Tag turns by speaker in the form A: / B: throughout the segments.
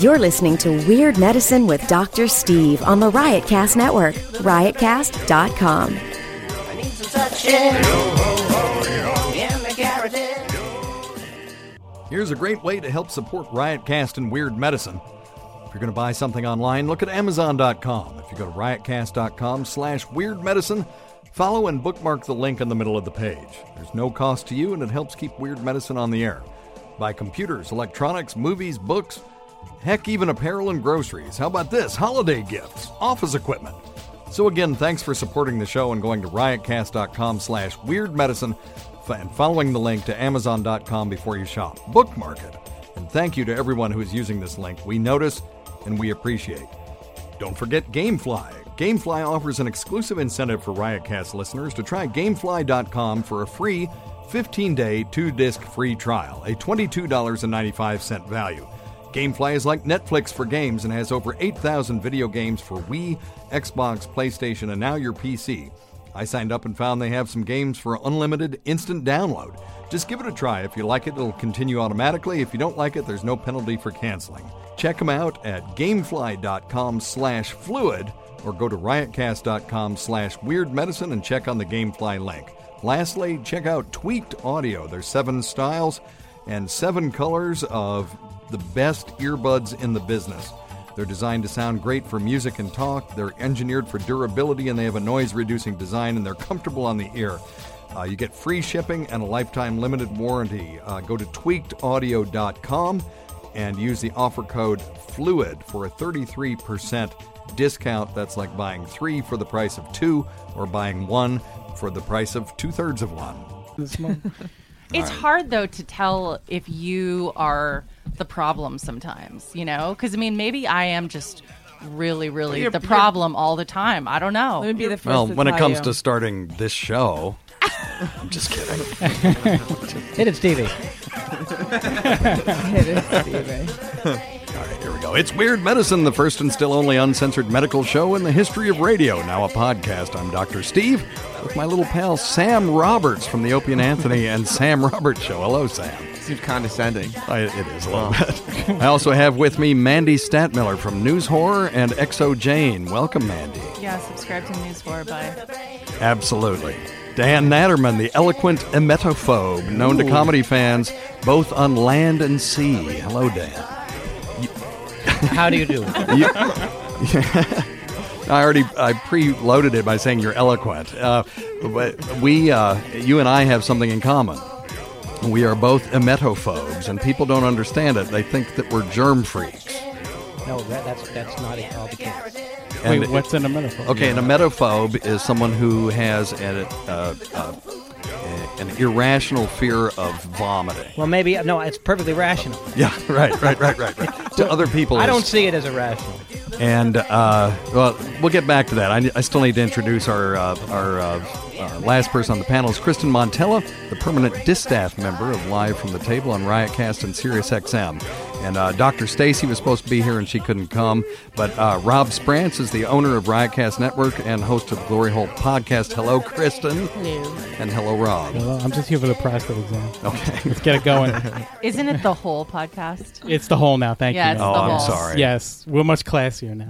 A: You're listening to Weird Medicine with Dr. Steve on the Riotcast Network, riotcast.com.
B: Here's a great way to help support Riotcast and Weird Medicine. If you're going to buy something online, look at Amazon.com. If you go to riotcast.com slash weird medicine, follow and bookmark the link in the middle of the page. There's no cost to you, and it helps keep Weird Medicine on the air. Buy computers, electronics, movies, books, Heck, even apparel and groceries. How about this? Holiday gifts, office equipment. So again, thanks for supporting the show and going to riotcast.com slash weirdmedicine and following the link to amazon.com before you shop. Bookmark it. And thank you to everyone who is using this link. We notice and we appreciate. Don't forget Gamefly. Gamefly offers an exclusive incentive for Riotcast listeners to try gamefly.com for a free 15-day, 2-disc free trial, a $22.95 value. Gamefly is like Netflix for games and has over 8,000 video games for Wii, Xbox, PlayStation, and now your PC. I signed up and found they have some games for unlimited instant download. Just give it a try. If you like it, it'll continue automatically. If you don't like it, there's no penalty for canceling. Check them out at gamefly.com/fluid or go to riotcast.com/weirdmedicine and check on the Gamefly link. Lastly, check out Tweaked Audio. There's seven styles and seven colors of the best earbuds in the business. They're designed to sound great for music and talk. They're engineered for durability and they have a noise reducing design and they're comfortable on the ear. Uh, you get free shipping and a lifetime limited warranty. Uh, go to tweakedaudio.com and use the offer code FLUID for a 33% discount. That's like buying three for the price of two or buying one for the price of two thirds of one.
C: It's hard though to tell if you are the problem sometimes, you know? Because I mean, maybe I am just really, really
D: You're-
C: the
D: you're-
C: problem all the time. I don't know.
D: Let me be the first.
B: Well,
D: to
B: when it
D: tell
B: comes
D: you.
E: um,
B: to starting this show, I'm just kidding.
E: Hit it, Stevie.
D: Hit it, Stevie.
B: All right, here we go. It's Weird Medicine, the first and still only uncensored medical show in the history of radio, now a podcast. I'm Dr. Steve with my little pal Sam Roberts from the Opie and Anthony and Sam Roberts Show. Hello, Sam.
F: seems condescending. Oh.
B: I, it is a little bit. I also have with me Mandy Statmiller from News Horror and Exo Jane. Welcome, Mandy.
C: Yeah, subscribe to News 4 by.
B: Absolutely. Dan Natterman, the eloquent emetophobe, known to
C: Ooh.
B: comedy fans both on land and sea. Hello, Dan.
E: How do you do?
B: You- I already I preloaded it by saying you're eloquent. Uh, but we, uh, you and I have something in common. We are both emetophobes, and people don't understand it. They think that we're germ freaks.
E: no, that, that's that's not at all the case.
B: And
E: Wait, what's an emetophobe?
B: Okay, an emetophobe is someone who has an, uh, uh, an irrational fear of vomiting.
E: Well, maybe no. It's perfectly rational.
B: Yeah, right, right, right, right, right. to other people,
E: I
B: it's-
E: don't see it as irrational.
B: And uh, well, we'll get back to that. I, I still need to introduce our uh, our, uh, our last person on the panel is Kristen Montella, the permanent distaff member of Live from the Table on Riotcast and Sirius XM. And uh, Dr. Stacy was supposed to be here and she couldn't come. But uh, Rob Sprance is the owner of Riotcast Network and host of the Glory Hole podcast. Hello, Kristen.
C: Hello.
B: And hello, Rob.
G: Well, I'm just here for the prostate exam.
B: Okay.
G: Let's get it going.
C: Isn't it the whole podcast?
G: it's the whole now. Thank
C: Yeah,
G: you.
C: it's the Oh, I'm whole. sorry.
G: Yes, we're much classier now.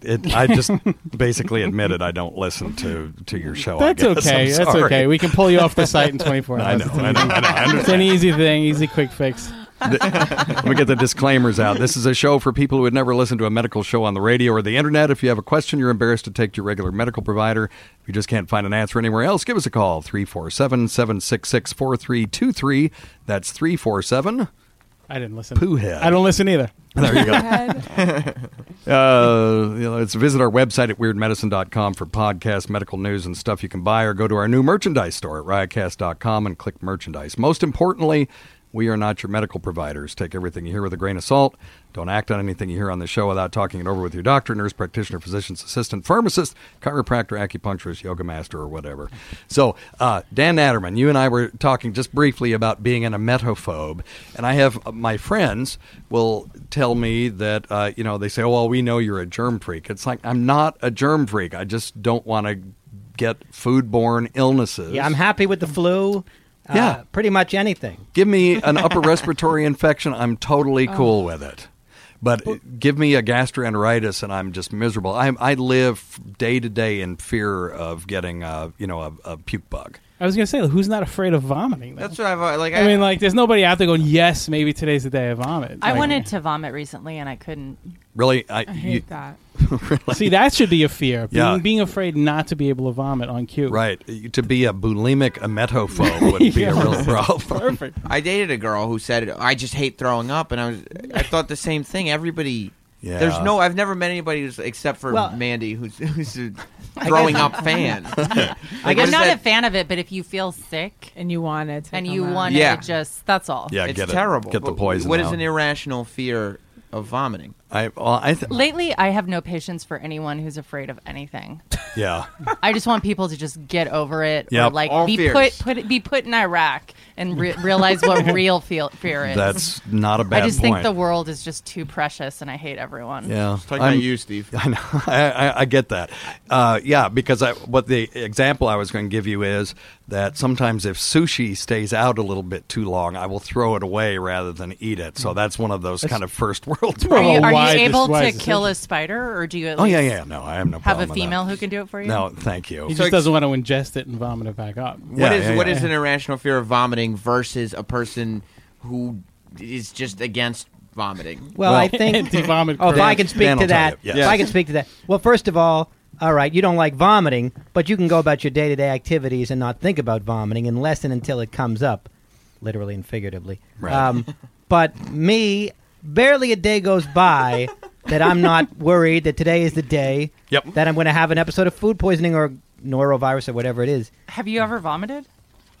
B: It, I just basically admitted I don't listen to, to your show. I
G: That's
B: guess. I'm
G: okay. That's
B: sorry.
G: okay. We can pull you off the site in 24
B: I
G: hours.
B: know, I know, I know, I
G: It's an easy thing, easy quick fix.
B: Let me get the disclaimers out. This is a show for people who had never listened to a medical show on the radio or the internet. If you have a question, you're embarrassed to take to your regular medical provider. If you just can't find an answer anywhere else, give us a call 347 766 4323. That's 347
G: I didn't listen.
B: Poohead.
G: I don't listen either.
B: There you go. Uh, you know, let's visit our website at weirdmedicine.com for podcasts, medical news, and stuff you can buy, or go to our new merchandise store at riotcast.com and click merchandise. Most importantly, we are not your medical providers. Take everything you hear with a grain of salt. Don't act on anything you hear on the show without talking it over with your doctor, nurse practitioner, physician's assistant, pharmacist, chiropractor, acupuncturist, yoga master, or whatever. So, uh, Dan Natterman, you and I were talking just briefly about being an emetophobe, and I have uh, my friends will tell me that uh, you know they say, "Oh, well, we know you're a germ freak." It's like I'm not a germ freak. I just don't want to get foodborne illnesses.
E: Yeah, I'm happy with the flu. Uh,
B: Yeah.
E: pretty much anything.
B: Give me an upper respiratory infection. I'm totally cool with it. But give me a gastroenteritis and I'm just miserable. I, I live day to day in fear of getting, uh, you know, a, a puke bug.
G: I was gonna say, who's not afraid of vomiting? Though?
F: That's what I've like.
G: I mean, like, there's nobody out there going, "Yes, maybe today's the day I vomit."
C: I
G: Like,
C: wanted to vomit recently and I couldn't.
B: Really, I,
C: I hate that.
G: See, that should be a fear. Being,
B: Yeah.
G: being afraid not to be able to vomit on cue.
B: Right. To be a bulimic emetophobe would be a real problem.
F: I dated a girl who said, "I just hate throwing up," and I was, I thought the same thing. Everybody,
B: Yeah.
F: there's no. I've never met anybody who's except for
C: Well-
F: Mandy, who's who's a
C: I
F: throwing
C: guess-
F: up fan.
C: I
F: Like,
C: am
F: what is
C: not
F: that-
C: a fan of it, but if you feel sick and you want it, and you
F: out.
C: want
F: Yeah.
C: to just that's all.
F: it's terrible.
B: Get the
F: But
B: poison
F: What is
B: out.
F: an irrational fear of vomiting?
B: I, well, I th-
C: Lately, I have no patience for anyone who's afraid of anything.
B: yeah.
C: I just want people to just get over it, or
B: Yep.
C: like
B: All
C: be
B: fears.
C: put put be put in Iraq and re- realize what real feel, fear is.
B: That's not a bad
C: I just
B: point.
C: think the world is just too precious, and I hate everyone.
B: Yeah,
F: about you, Steve.
B: I know. I, I, I get that. Uh, yeah, because I, what the example I was going to give you is that sometimes if sushi stays out a little bit too long, I will throw it away rather than eat it. So that's one of those kind of first world
C: Are you,
B: problems.
C: are you able to kill a spider, or do you? At
B: Oh yeah,
C: least
B: yeah. No, I have no
C: Have
B: problem.
C: a
B: with that.
C: female who can do it for you.
B: No, thank you.
G: He just doesn't want to ingest it and vomit it back up.
F: What is what is an irrational fear of vomiting versus a person who is just against vomiting?
E: Well, I think.
G: Anti-vomit
E: oh, if
G: cream.
E: I can speak
F: Dan
E: to
F: will
E: that,
F: tell you,
E: if
F: yes.
E: I can speak to that. Well, first of all, all right, you don't like vomiting, but you can go about your day-to-day activities and not think about vomiting unless and until it comes up, literally and figuratively.
H: Right.
E: Um, but me, barely a day goes by that I'm not worried that today is the day
B: Yep.
E: that I'm going to have an episode of food poisoning or norovirus or whatever it is.
C: Have you ever vomited?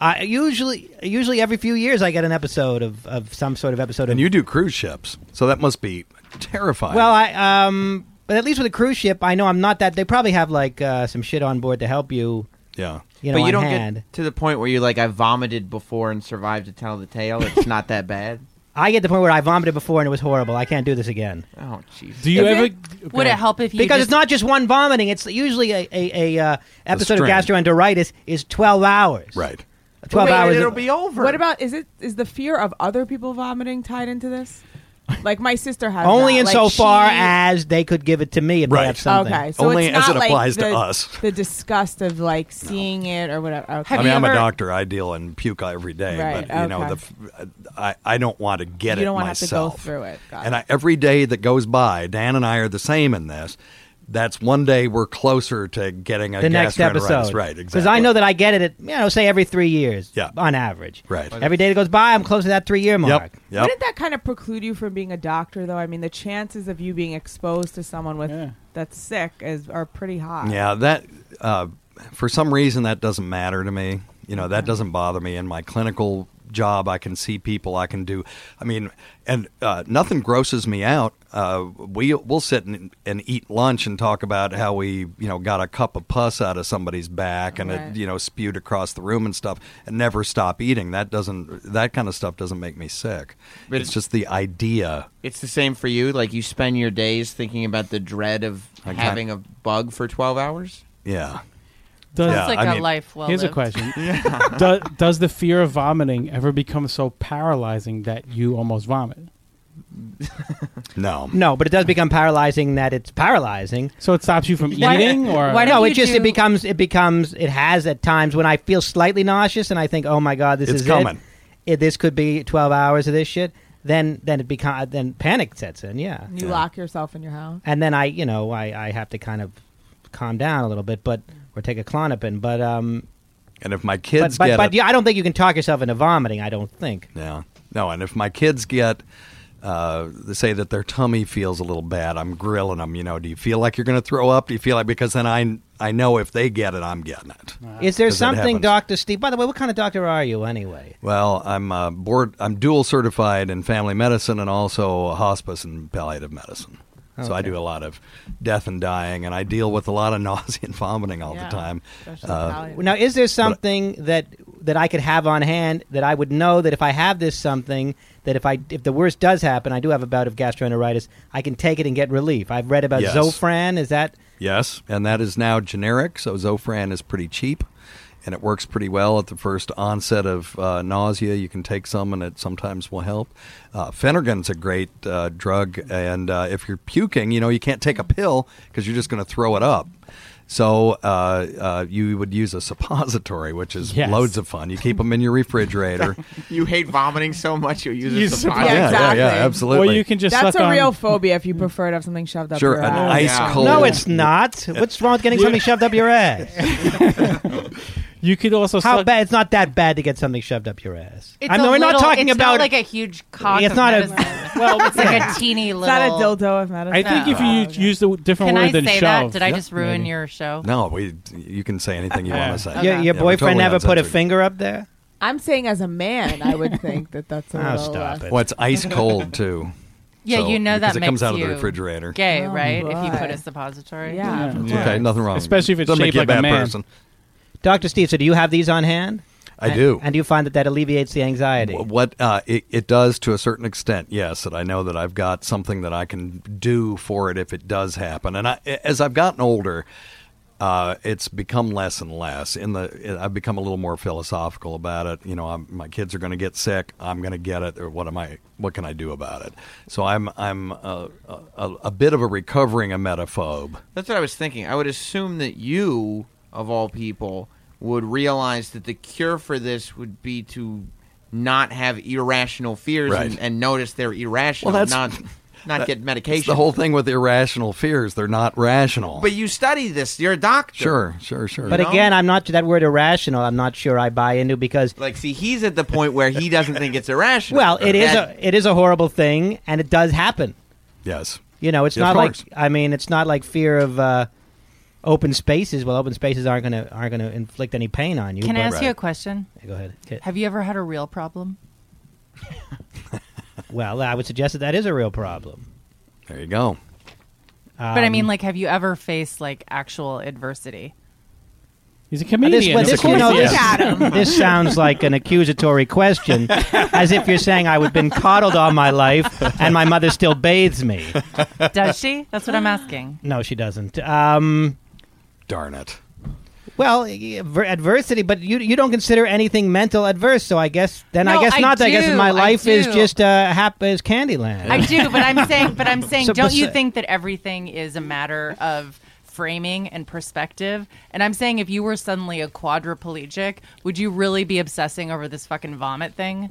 E: I usually, usually every few years, I get an episode of, of some sort of episode of
B: And you do cruise ships, so that must be terrifying.
E: Well, I um, but at least with a cruise ship, I know I'm not that. They probably have like uh, some shit on board to help you.
B: Yeah,
E: you know,
F: but you
E: on
F: don't
E: hand.
F: get to the point where you're like, I vomited before and survived to tell the tale. It's not that bad.
E: I get to the point where I vomited before and it was horrible. I can't do this again.
F: Oh, jeez.
E: Do
C: you Is ever- it- would it help if you
E: Because
C: just-
E: it's not just one vomiting. It's usually a a, a uh, episode of
B: string.
E: gastroenteritis is twelve hours.
B: Right.
E: Twelve
H: Wait,
E: hours.
H: it'll be over. What about is it is the fear of other people vomiting tied into this? Like my sister has
E: only
H: that.
E: in
H: Like,
E: so far
H: she-
E: as they could give it to me if they have something.
H: Okay, so it's not like the- The disgust of like seeing it or whatever. Okay.
B: I mean, I'm a doctor. I deal in puke every day,
H: Right,
B: but you know, the,
H: okay.
B: f- I I don't want to get
H: You
B: it
H: don't wanna have to go
B: myself.
H: through it. Got
B: and I, every day that goes by, Dan and I are the same in this. That's one day we're closer to getting a
E: the next
B: gastroenteritis.
E: episode,
B: right?
E: Because
B: Exactly.
E: I know that I get it at you know say every three years, yeah, on average,
B: Right.
E: Every day that goes by, I'm close to that three year mark.
H: Wouldn't that kind of preclude you from being a doctor, though? I mean, the chances of you being exposed to someone with that's sick is are pretty high.
B: Yeah, that uh, for some reason that doesn't matter to me. You know, that doesn't bother me. In my clinical job, I can see people. I can do. I mean, and uh, nothing grosses me out. Uh, we we'll sit and, and eat lunch and talk about how we you know got a cup of pus out of somebody's back and
I: Right.
B: it you know spewed across the room and stuff, and never stop eating. That doesn't that kind of stuff doesn't make me sick.
F: But
B: it's just the idea.
F: It's the same for you. Like you spend your days thinking about the dread of
B: I can't-
F: having a bug for twelve hours.
B: Yeah.
G: Does-
F: Sounds like
B: I
F: a
B: mean-
F: life well
G: Here's a
F: lived.
G: question:
F: Yeah.
G: does, does the fear of vomiting ever become so paralyzing that you almost vomit?
B: No,
E: no, but it does become paralyzing that it's paralyzing.
G: So it stops you from
E: Why-
G: eating, or
E: Why no? It just it becomes it becomes it has at times when I feel slightly nauseous and I think, oh my god, this
G: It's
E: is
G: coming.
E: It. It- This could be twelve hours of this shit. Then then it become then panic sets in. Yeah,
H: And you lock yourself in your house.
E: and then I you know I I have to kind of calm down a little bit, but or take a clonopin, but um.
B: And if my kids
E: but, but,
B: get
E: but
B: it-
E: yeah, I don't think you can talk yourself into vomiting. I don't think.
B: Yeah. No, and if my kids get uh, they say that their tummy feels a little bad, I'm grilling them. You know, do you feel like you're going to throw up? Do you feel like because then I I know if they get it, I'm getting it.
E: Is there
B: 'Cause that
E: something,
B: happens.
E: Doctor Steve? By the way, what kind of doctor are you anyway?
B: Well, I'm uh, board. I'm dual certified in family medicine and also hospice and palliative medicine. So I
E: Okay.
B: do a lot of death and dying, and I deal with a lot of nausea and vomiting all the time. Uh,
E: Now, is there something that that I could have on hand that I would know that if I have this something that if I if the worst does happen, I do have a bout of gastroenteritis, I can take it and get relief. I've read about
B: Yes.
E: Zofran. Is that
B: Yes, and that is now generic. So Zofran is pretty cheap, and it works pretty well at the first onset of uh, nausea. You can take some, and it sometimes will help. Uh, Phenergan's a great uh, drug, and uh, if you're puking, you know you can't take a pill because you're just going to throw it up. So uh, uh, you would use a suppository, which is
F: Yes.
B: loads of fun. You keep them in your refrigerator.
F: You hate vomiting so much you use,
B: You
F: a
B: sup-
F: suppository.
B: Yeah, yeah, yeah, Exactly. absolutely. Or you can just
H: That's
B: suck
H: a
B: on-
H: real phobia if you prefer to have something shoved up
B: Sure,
H: your
B: an
H: ass.
B: ice Yeah. cold-
E: no? It's not. What's wrong with getting something shoved up your ass?
G: you could also
E: how
G: suck-
E: bad? It's not that bad to get something shoved up your ass.
C: It's
E: I mean,
C: a
E: we're not
C: little-
E: talking
C: it's
E: about
C: not like a huge cock.
E: It's
C: of
E: not a-
C: medicine. well, it's like a teeny
H: It's
C: little. Oh,
H: not a dildo of medicine.
G: I think if you use the different
C: Can
G: word
C: I
G: than
C: say that?
G: shove,
C: Did I just ruin your show?
B: No, we. You can say anything you want to say.
E: Your, your
B: Yeah, we're totally
E: boyfriend never put a
B: uncensored.
E: finger up there.
H: I'm saying as a man, I would think that that's a
E: Oh,
H: little.
E: stop
H: uh,
E: it.
B: Well, it's ice cold too.
C: Yeah,
B: So-
C: you know that
B: because it comes
C: makes
B: out of
C: you
B: the refrigerator.
C: Gay,
H: Oh,
C: right? If
H: boy.
C: you put a suppository.
H: Yeah.
B: It's okay, nothing wrong.
G: Especially if it's
B: Doesn't make
G: shaped
B: you a
G: like
B: bad
G: a man.
B: person.
E: Doctor Steve, so do you have these on hand?
B: I
E: And-
B: do.
E: And do you find that that alleviates the anxiety?
B: What uh, it, it does to a certain extent, yes, that I know that I've got something that I can do for it if it does happen. And I, as I've gotten older, uh, it's become less and less. In the, I've become a little more philosophical about it. You know, I'm, my kids are going to get sick. I'm going to get it. Or what am I? What can I do about it? So I'm, I'm a, a, a bit of a recovering emetophobe.
F: That's what I was thinking. I would assume that you, of all people, would realize that the cure for this would be to not have irrational fears
B: Right.
F: and, and notice they're irrational, not not
B: that-
F: get
B: it's
F: medication.
B: The whole thing with irrational fears—they're not rational.
F: But you study this. You're a doctor.
B: Sure, sure, sure.
E: But again, I'm not that word irrational. I'm not sure I buy into because
F: like, see, he's at the point where he doesn't think it's irrational.
E: well, it is
F: That-
E: a it is a horrible thing, and it does happen.
B: Yes.
E: You know, it's
F: Yeah, of
E: not like
F: course.
E: I mean, it's not like fear of uh, open spaces. Well, open spaces aren't gonna aren't gonna inflict any pain on you.
C: Can I
E: but-
C: ask you a question?
E: Go ahead. Okay.
C: Have you ever had a real problem?
E: Well, I would suggest that that is a real problem.
B: There you go.
C: but I
E: Um,
C: mean, like, have you ever faced like actual adversity?
G: He's a
E: This,
G: comedian.
E: well,
G: of
E: this, you
G: course
E: know,
G: he
E: this,
G: is.
E: this sounds like an accusatory question, as if you're saying I would been coddled all my life, and my mother still bathes me. Uh,
C: Does she? That's what I'm asking.
E: No, she doesn't. Um,
B: Darn it.
E: Well, y- ver- adversity, but you you don't consider anything mental adverse, so I guess then I
C: No,
E: guess
C: I
E: not. I guess
C: do, I
E: my life is
C: do.
E: just uh, hap- is Candyland.
C: I do, but I'm saying, but I'm saying,
E: So-
C: don't
E: but
C: you
E: so-
C: think that everything is a matter of framing and perspective? And I'm saying, if you were suddenly a quadriplegic, would you really be obsessing over this fucking vomit thing?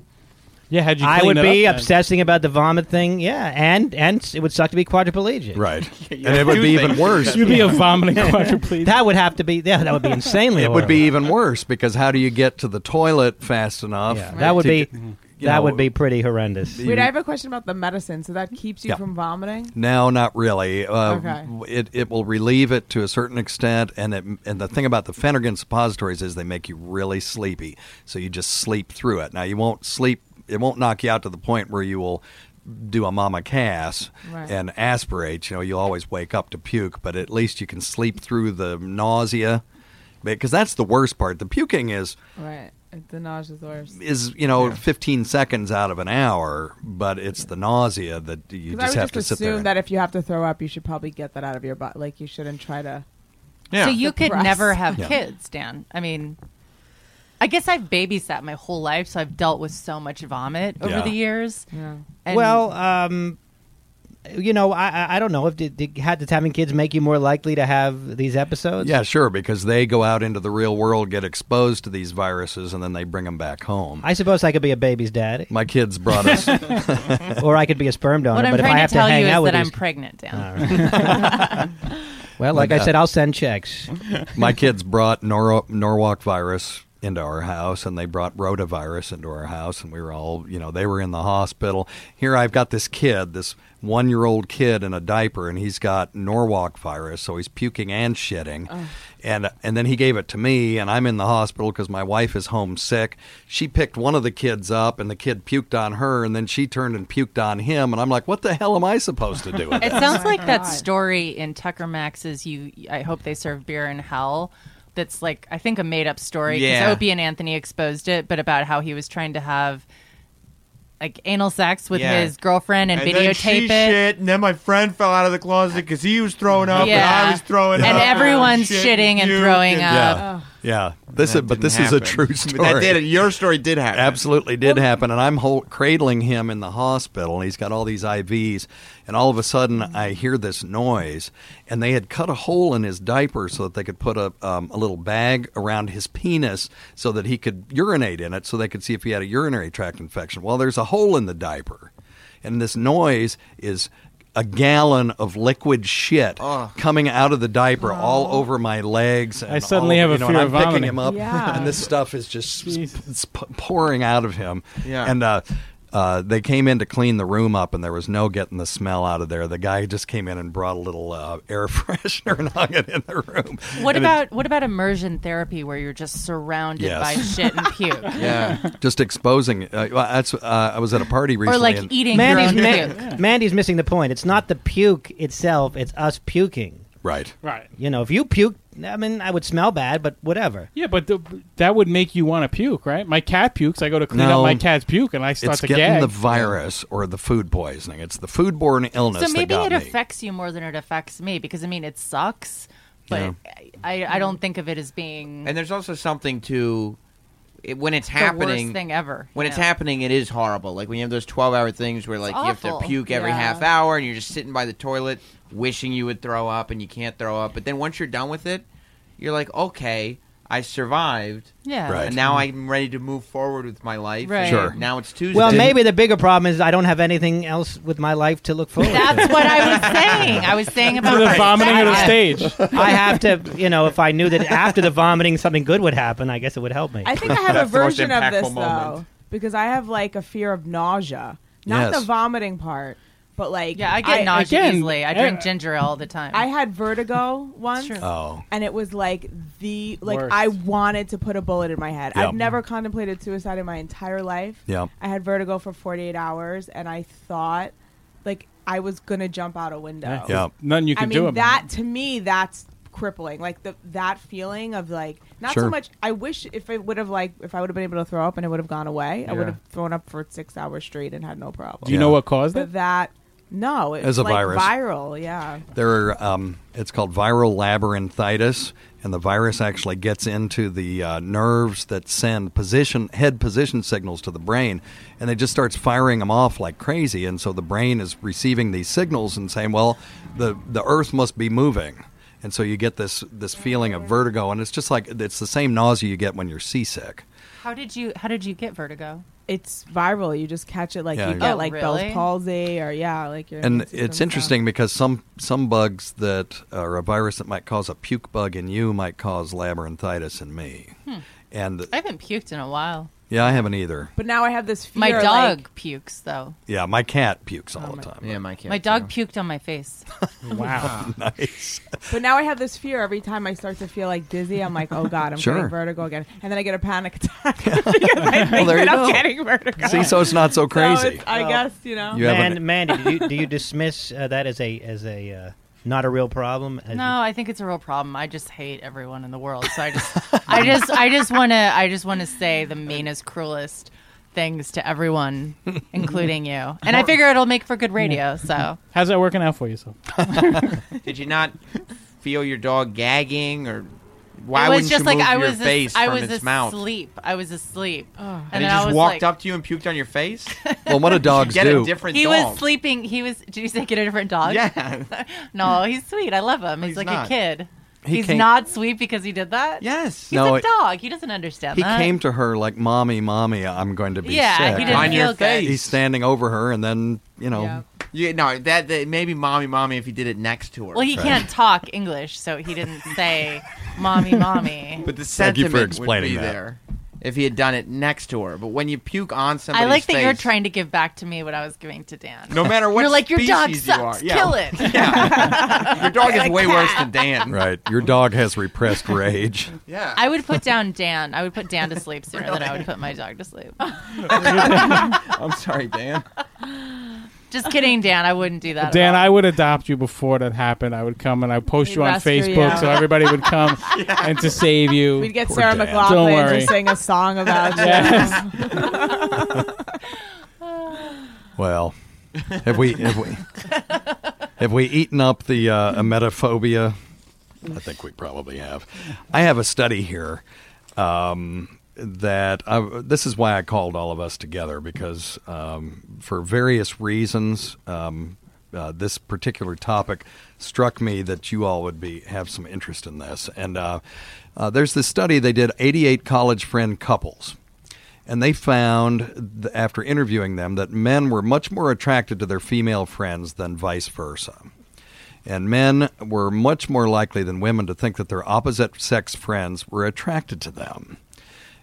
G: Yeah, had you?
E: I would
G: cleaned it
E: be
G: up then?
E: obsessing about the vomit thing. Yeah, and and it would suck to be quadriplegic.
B: Right, and it would be even worse.
E: that would have to be. Yeah, that would be insanely.
B: It would
E: horrible.
B: be even worse because how do you get to the toilet fast enough?
E: Yeah, that would
B: to
E: be.
B: get- you
E: That
B: know,
E: would be pretty horrendous.
B: the-
H: Wait, I have a question about the medicine. So that keeps you
B: Yeah.
H: from vomiting?
B: No, not really. Uh,
H: Okay.
B: It it will relieve it to a certain extent, and it and the thing about the Phenergan suppositories is they make you really sleepy, so you just sleep through it. Now you won't sleep. It won't knock you out to the point where you will do a mama cass
I: Right.
B: and aspirate. You know, you'll always wake up to puke, but at least you can sleep through the nausea, because that's the worst part. The puking is
H: Right. The nausea's worse.
B: is you know 15 seconds out of an hour but it's the nausea that you
H: 'Cause
B: just
H: I
B: have
H: would just
B: to sit there
H: assume
B: and-
H: that if you have to throw up, you should probably get that out of your butt. Like you shouldn't try to.
C: So you could
H: Depress.
C: never have
H: Yeah.
C: kids, Dan. I mean, I guess I've babysat my whole life, so I've dealt with so much vomit over
E: Yeah.
C: the years. And-
E: well, um, you know, I- I I don't know if did, did, had did having kids make you more likely to have these episodes.
B: yeah sure because they go out into the real world get exposed to these viruses and then they bring them back home
E: I suppose I could be a baby's daddy,
B: my kids brought us
E: or I could be a sperm donor.
C: what I'm
E: but if I
C: trying
E: have
C: to tell
E: hang
C: you
E: out
C: is
E: with
C: that I'm
E: these-
C: pregnant, Dan.
E: well,
B: My
E: like I
B: God.
E: said, I'll send checks.
B: my kids brought nor- norwalk virus into our house and they brought rotavirus into our house and we were all you know they were in the hospital here i've got this kid this one year old kid in a diaper and he's got norwalk virus so he's puking and shitting
C: Oh,
B: and and then he gave it to me and i'm in the hospital because my wife is homesick she picked one of the kids up and the kid puked on her and then she turned and puked on him and i'm like what the hell am i supposed to do with
C: It
B: this?
C: sounds like that story in Tucker Max's "You." I hope they serve beer in hell. That's like I think a made up story because
J: Yeah.
C: Opie and Anthony exposed it, but about how he was trying to have like anal sex with
F: Yeah.
C: his girlfriend and,
F: then
C: videotape
F: she
C: it.
F: shit, and then my friend fell out of the closet because he was throwing up,
C: Yeah.
F: and I was throwing
C: And
F: up,
C: everyone's
F: shit,
C: shitting and
F: puke,
C: throwing up. Oh.
B: Yeah, yeah. This is, but this is a true
F: But
B: story.
F: that did- your story did happen.
B: Absolutely did happen, and I'm hol- cradling him in the hospital, and he's got all these IVs, and all of a sudden I hear this noise, and they had cut a hole in his diaper so that they could put a um, a little bag around his penis so that he could urinate in it, so they could see if he had a urinary tract infection. Well, there's a hole in the diaper, and this noise is. A gallon of liquid shit coming out of the diaper all
F: Oh.
B: over my legs. And
G: I suddenly
B: all-
G: have a
B: you know, and
G: fear of
B: I'm picking
G: vomiting.
B: him up,
G: Yeah.
B: and this stuff is just it's p- pouring out of him.
G: Yeah.
B: And uh, uh, they came in to clean the room up, and there was no getting the smell out of there. The guy just came in and brought a little uh, air freshener and hung it in the room.
C: What
B: And it-
C: about what about immersion therapy where you're just surrounded
B: Yes.
C: by shit and puke?
B: yeah, just exposing. Uh, well, that's. Uh, I was at a party recently. and-
E: Mandy's, Ma- Mandy's missing the point. It's not the puke itself; it's us puking.
B: Right.
G: Right.
E: You know, if you puke, I mean, I would smell bad, but whatever.
G: Yeah, but th that would make you want to puke, right? My cat pukes. I go to clean
B: No.
G: up my cat's puke, and I start
B: it's
G: to
B: getting
G: gag.
B: the virus or the food poisoning. It's the foodborne illness
C: So maybe
B: that
C: it
B: got me.
C: affects you more than it affects me because I mean it sucks, but
F: Yeah.
C: I, I don't think of it as being
F: And there's also something to it, when it's
C: The worst
F: happening.
C: thing ever,
F: When it's
C: yeah.
F: happening, it is horrible. Like when you have those 12 hour things where like you have to
C: awful.
F: puke every
C: Yeah.
F: half hour, and you're just sitting by the toilet wishing you would throw up, and you can't throw up. But then once you're done with it, you're like, okay. I survived.
E: Yeah. Right.
F: And now I'm ready to move forward with my life.
E: Right.
F: and
E: Sure.
F: Now it's Tuesday.
E: Well, maybe the bigger problem is I don't have anything else with my life to look forward. to.
C: That's what I was saying. I was saying about
G: the vomiting or the stage.
E: I have to, you know, if I knew that after the vomiting something good would happen, I guess it would help me.
H: I think I have a
E: That's the most
H: version of
E: impactful
H: this though,
E: moment.
H: because I have like a fear of nausea, not
E: Yes.
H: the vomiting part, but like
C: Yeah, I get nauseous easily. I drink
H: eh,
C: ginger ale all the time.
H: I had vertigo once.
B: Oh.
H: And it was like the like
C: Worst.
H: I wanted to put a bullet in my head.
B: Yeah.
H: I've never contemplated suicide in my entire life.
B: Yeah.
H: I had vertigo for 48 hours and I thought like I was going to jump out a window.
G: Yeah. Nothing you
H: I
G: can
H: mean,
G: do about
H: that to me that's crippling. Like the that feeling of like not so
G: Sure.
H: much I wish if it would have like if I would have been able to throw up and it would have gone away, I
G: Yeah.
H: would have thrown up for 6 hours straight and had no problem.
G: Do you know what caused
H: But that no, it
B: As
H: was
B: a
H: like
B: virus.
H: viral, yeah.
B: There are, um, it's called viral labyrinthitis, and the virus actually gets into the uh, nerves that send position head position signals to the brain and it just starts firing them off like crazy and so the brain is receiving these signals and saying well the the earth must be moving and so you get this this feeling of vertigo and it's just like it's the same nausea you get when you're seasick
C: How did you How did you get vertigo?
H: It's viral. You just catch it like
B: Yeah,
H: you
B: yeah.
H: get
B: Oh,
H: like
C: really?
H: Bell's palsy or yeah, like your
B: and
H: immune system's
B: it's
H: down.
B: interesting because some some bugs that are a virus that might cause a puke bug in you might cause labyrinthitis in me
C: Hmm.
B: and
C: I haven't puked in a while.
B: yeah i haven't either
H: But now I have this fear.
C: My dog
H: like-
C: pukes though.
B: yeah my cat pukes all the time
F: yeah Oh, my cat
C: My dog puked on my face.
B: nice
H: But now I have this fear every time I start to feel like dizzy. I'm like, oh god, I'm
B: Sure.
H: getting vertigo again, and then I get a panic attack because I think
B: there you
H: that I'm
B: go.
H: getting vertigo.
B: See, so it's not so
H: it's-
B: crazy.
H: I
B: Well,
H: guess you know.
B: You have an-
E: and Mandy, do you, do you dismiss uh, that as a as a uh, not a real problem? As-
C: No, I think it's a real problem. I just hate everyone in the world. So I just, I just, I just want to, I just want to say the meanest, cruelest things to everyone, including you. And I figure it'll make for good radio. So
G: How's that working out for you, so?
F: Did you not feel your dog gagging or why
C: it was
F: wouldn't
C: just
F: you
C: like
F: move
C: I
F: your
C: was,
F: face
C: as, I
F: from
C: was
F: its
C: asleep.
F: mouth?
C: I was asleep,
F: And,
C: then
F: it
C: I
F: just
C: was
F: walked
C: like,
F: up to you and puked on your face.
B: Well, what do
F: You should
B: dogs
F: get
B: do?
F: A different
C: he
F: dog.
C: was sleeping. He was. Did you say get a different dog?
F: Yeah.
C: no, he's sweet. I love him. He's,
F: He's
C: like
F: not.
C: a kid.
B: He
C: he's
B: came-
C: not sweet because he did that.
F: Yes.
C: He's
B: No,
C: a
B: it-
C: dog. He doesn't understand
B: He
C: that.
B: came to her like, "Mommy, mommy, I'm going to be
C: Yeah,
B: sick."
C: he didn't On your feel good. face.
B: He's standing over her, and then you know,
F: Yeah, no, that, that maybe mommy, mommy, if he did it next to her.
C: Well, he can't talk English, so he didn't say "mommy, mommy."
F: But the
B: Thank you
F: sentiment
B: for explaining
F: would be
B: that.
F: there if he had done it next to her. But when you puke on somebody's
C: I like that
F: face,
C: you're trying to give back to me what I was giving to Dan.
F: No matter what
C: you're like your dog
F: species you are."
C: sucks.
F: Yeah.
C: Kill it.
F: your dog is way worse than Dan.
B: right? Your dog has repressed rage.
F: Yeah.
C: I would put down Dan. I would put Dan to sleep sooner than I would put my dog to sleep.
F: I'm sorry, Dan.
C: Just kidding, Dan. I wouldn't do that. at
G: Dan, I would adopt you before that happened. I would come and I would post
C: He'd
G: you on
C: rescue
G: Facebook
C: you.
G: so everybody would come and to save you.
H: We'd get Sarah
G: Don't
H: McLaughlin
G: worry.
H: to sing a song about
G: Yes.
H: you.
B: Well, have we have we have we eaten up the uh, emetophobia? I think we probably have. I have a study here um, that I, this is why I called all of us together because um, for various reasons, um, uh, this particular topic struck me that you all would be have some interest in this. And uh, uh, there's this study they did 88 college friend couples. And they found, th- after interviewing them, that men were much more attracted to their female friends than vice versa. And men were much more likely than women to think that their opposite sex friends were attracted to them.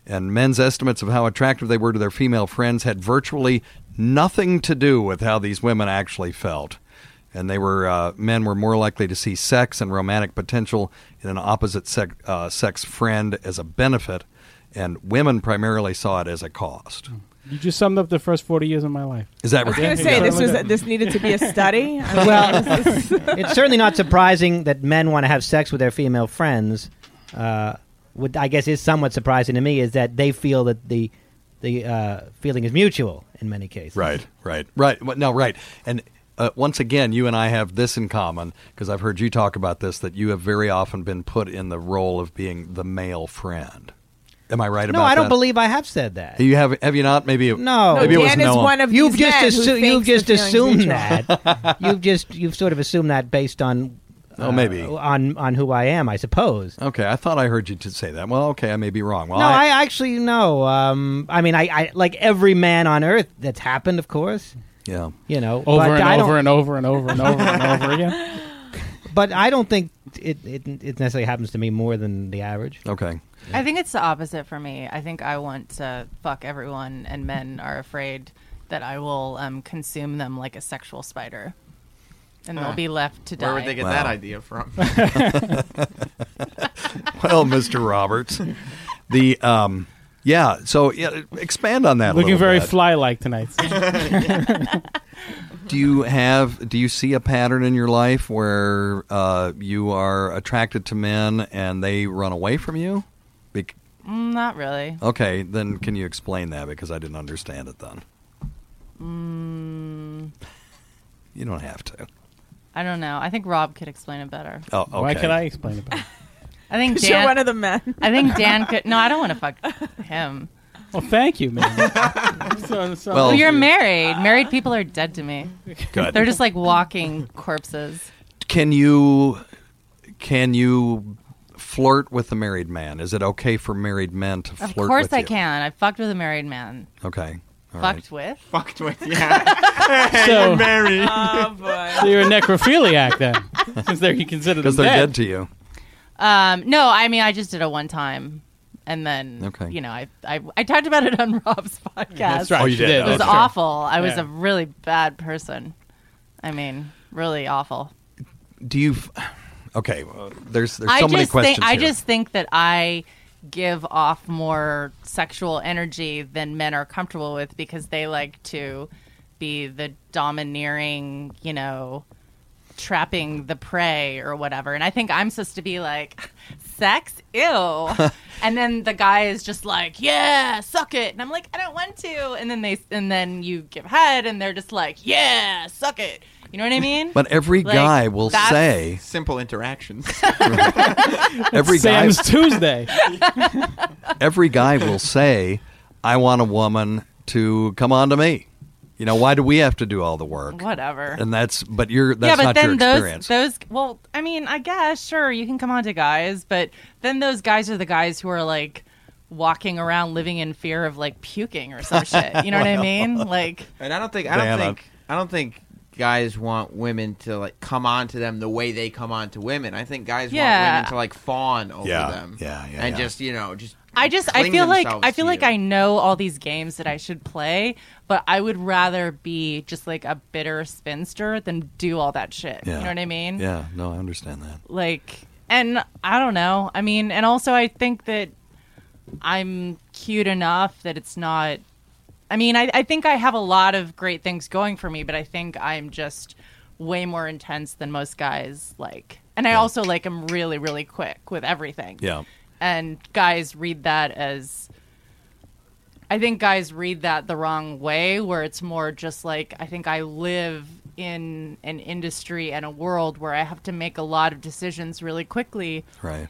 B: And men's estimates of how attractive they were to their female friends had virtually nothing to do with how these women actually felt. And they were uh, men were more likely to see sex and romantic potential in an opposite sex, uh, sex friend as a benefit, and women primarily saw it as a cost.
G: You just summed up the first 40 years of my life.
B: Is that
H: I was
B: right?
H: going to say this was this needed to be a study. I mean,
E: well,
H: this is-
E: it's certainly not surprising that men want to have sex with their female friends. Uh, what I guess is somewhat surprising to me is that they feel that the the uh, feeling is mutual in many cases.
B: Right, right, right. Well, No, right. And uh, once again, you and I have this in common because I've heard you talk about this that you have very often been put in the role of being the male friend. Am I right
E: No,
B: about that?
E: I don't believe I have said that.
B: You have have you not? Maybe it-
E: No,
B: Maybe it was Noah.
E: you've
H: these
E: just
H: men who
E: assu- you've
H: thinks the
E: just
H: feeling's
E: assumed
H: mutual.
E: that you've just you've sort of assumed that based on uh,
B: Oh, maybe.
E: on on who I am, I suppose.
B: Okay, I thought I heard you to say that. Well, okay, I may be wrong. Well,
E: no, I, actually no. Um, I mean, I, I like every man on earth that's happened, of course.
B: yeah.
E: You know,
G: Over
E: but
G: and
E: I don't-
G: over and over and over and over and over again.
E: But I don't think it, it it necessarily happens to me more than the average.
B: Okay.
C: I think it's the opposite for me. I think I want to fuck everyone, and men are afraid that I will um, consume them like a sexual spider, and
F: Huh.
C: they'll be left to die.
F: Ah. Where would they get
B: Wow.
F: that idea from?
B: well, Mr. Roberts, the um, yeah. So yeah, expand on that. a
G: Looking
B: little
G: very
B: bit.
G: fly like tonight.
B: Do you have? Do you see a pattern in your life where uh, you are attracted to men and they run away from you? Bec-
C: Mm, not really.
B: okay, then can you explain that because I didn't understand it then.
C: Mm,
B: You don't have to.
C: I don't know. I think Rob could explain it better.
B: Oh, okay.
G: Why can I explain it? better?
C: I think
H: 'Cause
C: Dan,
H: you're one of the men.
C: I think Dan could. No, I don't want to fuck him.
G: Well, thank you, man. so, so-
C: Well, you're married. Married people are dead to me.
B: Good.
C: They're just like walking corpses.
B: Can you can you flirt with a married man? Is it okay for married men to
C: Of
B: flirt
C: course
B: with
C: I
B: you?
C: can. I fucked with a married man.
B: Okay. All right.
C: fucked with?
F: Fucked with, yeah.
G: Hey, So- you're
F: married.
C: Um,
G: so you're a necrophiliac then, since they're you consider them
B: Because they're dead to you.
C: Um, no, I mean, I just did it one time. And then,
B: Okay.
C: you know, I, I I talked about it on Rob's podcast.
G: that's right, Oh, you you did. did.
C: It was
G: Okay.
C: awful. I was
G: Yeah.
C: a really bad person. I mean, really awful.
B: Do you? f- Okay. well, there's there's
C: I
B: so
C: just
B: many questions.
C: think I
B: here.
C: just think that I give off more sexual energy than men are comfortable with because they like to be the domineering, you know, trapping the prey or whatever. And I think I'm supposed to be like sex ew. and then the guy is just like, "Yeah, suck it." And I'm like, "I don't want to." And then they and then you give head and they're just like, "Yeah, suck it." You know what I mean?
B: But every
C: Like,
B: guy will
C: that's-
B: say
F: Simple interactions.
B: every guy
G: Sam's Tuesday.
B: every guy will say, "I want a woman to come on to me." You know why do we have to do all the work?
C: Whatever.
B: And that's but you're that's
C: yeah, but
B: not
C: then
B: your experience.
C: those those well, I mean, I guess sure you can come on to guys, but then those guys are the guys who are like walking around living in fear of like puking or some shit. You know what I
F: Well.
C: mean? Like
F: And I don't think I don't
B: Diana.
F: think I don't think guys want women to like come on to them the way they come on to women. I think guys
C: Yeah.
F: want women to like fawn over
B: Yeah,
F: them.
B: yeah, yeah,
F: And
B: yeah.
F: just, you know, just
C: I just I
F: cling
C: feel like
F: themselves
C: I
F: to
C: feel
F: you.
C: like I know all these games that I should play, but I would rather be just like a bitter spinster than do all that shit.
B: yeah.
C: You know what I mean?
B: Yeah, no, I understand that.
C: like and i don't know i mean and also i think that i'm cute enough that it's not i mean I, I think i have a lot of great things going for me but i think i'm just way more intense than most guys like and i also like i'm really really quick with everything
B: Yeah.
C: and guys read that as I think guys read that the wrong way, where it's more just like I think I live in an industry and a world where I have to make a lot of decisions really quickly,
B: Right.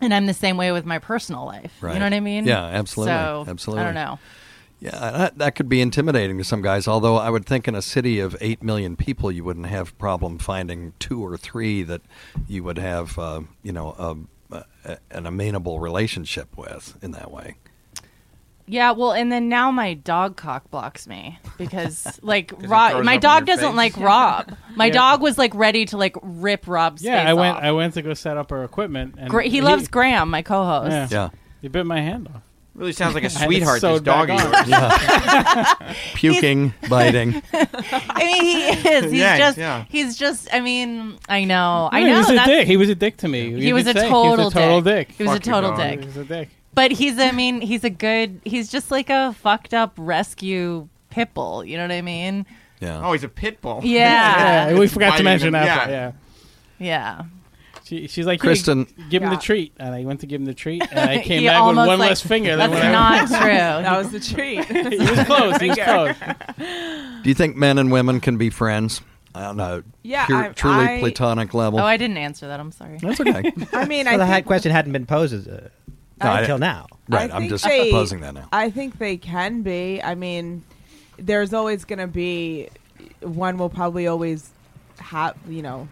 C: and I'm the same way with my personal life.
B: Right.
C: You know what I mean?
B: Yeah, absolutely.
C: So,
B: Absolutely.
C: I don't know.
B: Yeah, that, that could be intimidating to some guys. Although I would think in a city of eight million people, you wouldn't have problem finding two or three that you would have, uh, you know, a, a, an amenable relationship with in that way.
C: Yeah, well, and then now my dog cock blocks me because like
F: throws
C: Rob, my
F: up in
C: dog
F: your
C: doesn't
F: face.
C: like Rob. My
G: Yeah.
C: dog was like ready to like rip Rob's
G: Yeah,
C: face
G: I went.
C: off.
G: I went to go set up her equipment. And
C: Gra- he, loves Graham, my co-host.
G: Yeah.
B: Yeah.
G: You bit my hand off.
F: Really sounds like
G: I
F: a
G: had it
F: sweetheart, this
G: sewed
F: dog
G: back
F: of
G: on.
F: yours.
B: Puking, biting.
C: I mean, he is. He's
F: Yeah,
C: just.
F: yeah.
C: He's just. I mean, I know. Oh, I
G: No,
C: know.
G: He was a
C: that's-
G: dick. He was a dick to me.
C: He
G: You
C: was
G: could
C: a
G: say.
C: total
G: He was a total
C: dick.
G: dick.
C: He was a
F: Fuck your
C: total
F: dog.
C: dick.
G: He was a dick.
C: But he's. I mean, he's a good. He's just like a fucked up rescue pit bull. You know what I mean?
B: Yeah.
F: Oh, he's a pit bull.
C: Yeah.
G: Yeah, we forgot to
F: Biting
G: mention
F: him,
G: that.
F: yeah.
G: part, Yeah.
C: Yeah.
G: She, she's like, "Here,
B: Kristen-
G: give him
C: Yeah.
G: the treat, and I went to give him the treat, and I came
C: He
G: back with
C: almost,
G: one
C: like-
G: less finger. Than
C: That's
G: when I-
C: not true.
H: That was the treat.
G: he was close. He was close.
B: Do you think men and women can be friends? I don't know.
H: Yeah,
B: pure-
H: I-
B: truly
H: I-
B: platonic level.
C: Oh, I didn't answer that. I'm sorry.
B: That's okay.
H: I mean,
E: Well,
H: I
E: the
H: think
E: had question hadn't been posed as, uh,
B: No, I-
E: until now.
B: right.
H: I
B: I'm
H: think
B: just
H: they-
B: proposing that now.
H: I think they can be. I mean, there's always going to be one will probably always have, you know,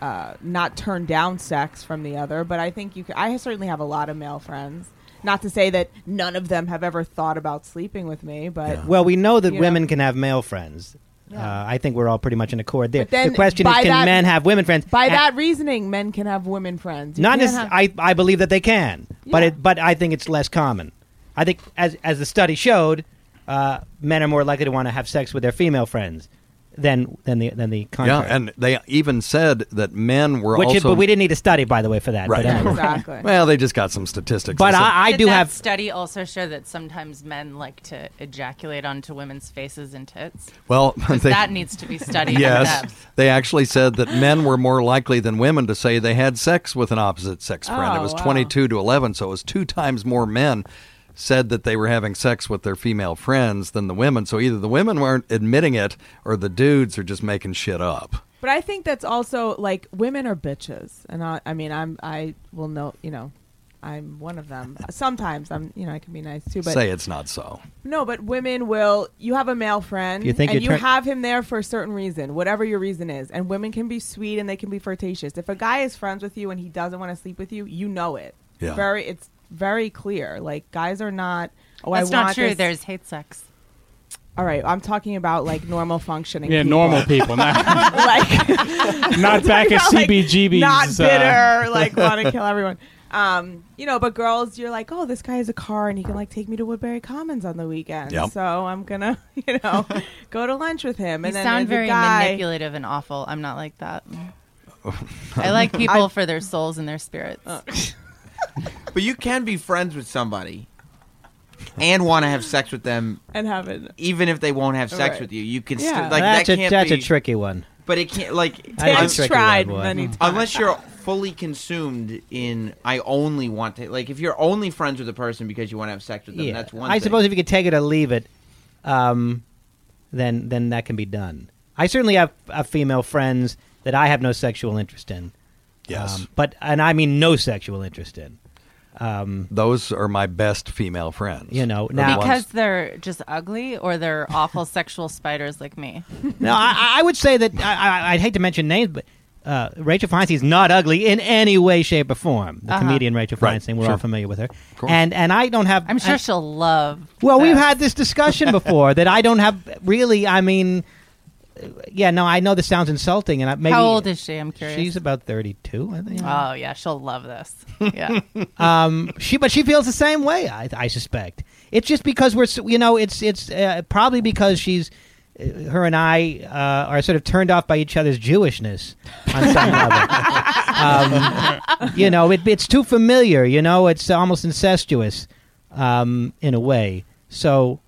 H: uh, not turn down sex from the other. But I think you. Can, I certainly have a lot of male friends. Not to say that none of them have ever thought about sleeping with me, but
E: Well, we know that
H: You
E: women
H: know.
E: can have male friends.
H: Yeah.
E: Uh, I think we're all pretty much in accord there.
H: But then
E: the question is,
H: by
E: can
H: that-
E: men have women friends?
H: by
E: And-
H: that reasoning, men can have women friends. You
E: not
H: can't
E: necess-
H: have-
E: I, I believe that they can, but
H: Yeah.
E: it, but I think it's less common. I think as as the study showed, uh, men are more likely to want to have sex with their female friends than than the than the
B: Yeah,
E: contrary.
B: and they even said that men were
E: which
B: also.
E: is, but we didn't need a study by the way for that.
B: Right.
E: But, anyway.
H: exactly.
B: Well, they just got some statistics.
E: but
B: They said-
E: I, I
C: Did
E: do
C: that
E: have
C: study also show that sometimes men like to ejaculate onto women's faces and tits.
B: well, they,
C: that needs to be studied. in
B: yes,
C: depth.
B: they actually said that men were more likely than women to say they had sex with an opposite sex friend. it
H: Oh,
B: was
H: wow.
B: 22 to 11, so it was two times more men said that they were having sex with their female friends than the women. So either the women weren't admitting it, or the dudes are just making shit up.
H: But I think that's also like women are bitches, and I, I mean, I'm I will know, you know, I'm one of them. Sometimes I'm, you know, I can be nice too. But
B: Say it's not so.
H: No, but women will. You have a male friend,
B: You think
H: and
B: you're
H: you
B: trying-
H: have him there for a certain reason, whatever your reason is. And women can be sweet and they can be flirtatious. If a guy is friends with you and he doesn't want to sleep with you, you know it.
C: Yeah.
H: Very, it's very clear. Like guys are not. Oh,
C: That's
H: I
C: not
H: want
C: true.
H: this-
C: There's hate sex.
H: All right, I'm talking about like normal functioning.
G: Yeah,
H: people.
G: normal people, not-
H: like
G: Not back at
H: Not, like,
G: CBGB's,
H: Not
G: uh,
H: bitter, like want to kill everyone. Um, you know, but girls, you're like, oh, this guy has a car and he can like take me to Woodbury Commons on the weekend.
C: Yep.
H: So I'm gonna, you know, go to lunch with him. And
C: You
H: then
C: sound
H: there's
C: very
H: a guy,
C: manipulative and awful. I'm not like that. I Uh, like people for their souls and their spirits.
F: But you can be friends with somebody and want to have sex with them
H: and have it,
F: even if they won't have sex
H: Right.
F: with you. You can
H: Yeah.
F: still like
E: that's
F: that
E: a
F: can't
E: that's
F: be,
E: a tricky one.
F: But it can't like
E: That's a Mm. Dan's tricky tried one, boy. many times.
F: unless you're fully consumed in I only want to like if you're only friends with a person because you want to have sex with them.
E: Yeah.
F: That's one.
E: I
F: thing.
E: suppose if you could take it or leave it, um, then then that can be done. I certainly have, have female friends that I have no sexual interest in. Um,
B: Yes.
E: but and I mean no sexual interest in. Um,
B: Those are my best female friends.
E: You know,
B: The
E: now-
B: ones-
C: Because they're just ugly or they're awful sexual spiders like me.
E: no, I, I would say that I, I, I'd hate to mention names, but uh, Rachel Feinstein is not ugly in any way, shape, or form. The
C: Uh-huh.
E: comedian Rachel
C: Right,
E: Feinstein, we're
C: sure.
E: all familiar with her, and and I don't have.
C: I'm sure
E: I-
C: she'll love.
E: Well, we've had this discussion before that I don't have really. I mean, uh, yeah, no, I know this sounds insulting, and I, maybe
C: How old is she? I'm curious.
E: She's about thirty-two, I think.
C: Oh yeah, she'll love this. Yeah.
E: um, she, but she feels the same way. I, I suspect it's just because we're, s- you know, it's it's uh, probably because she's, uh, her and I uh, are sort of turned off by each other's Jewishness on some level. Um, you know, it, it's too familiar. You know, it's almost incestuous um, in a way. So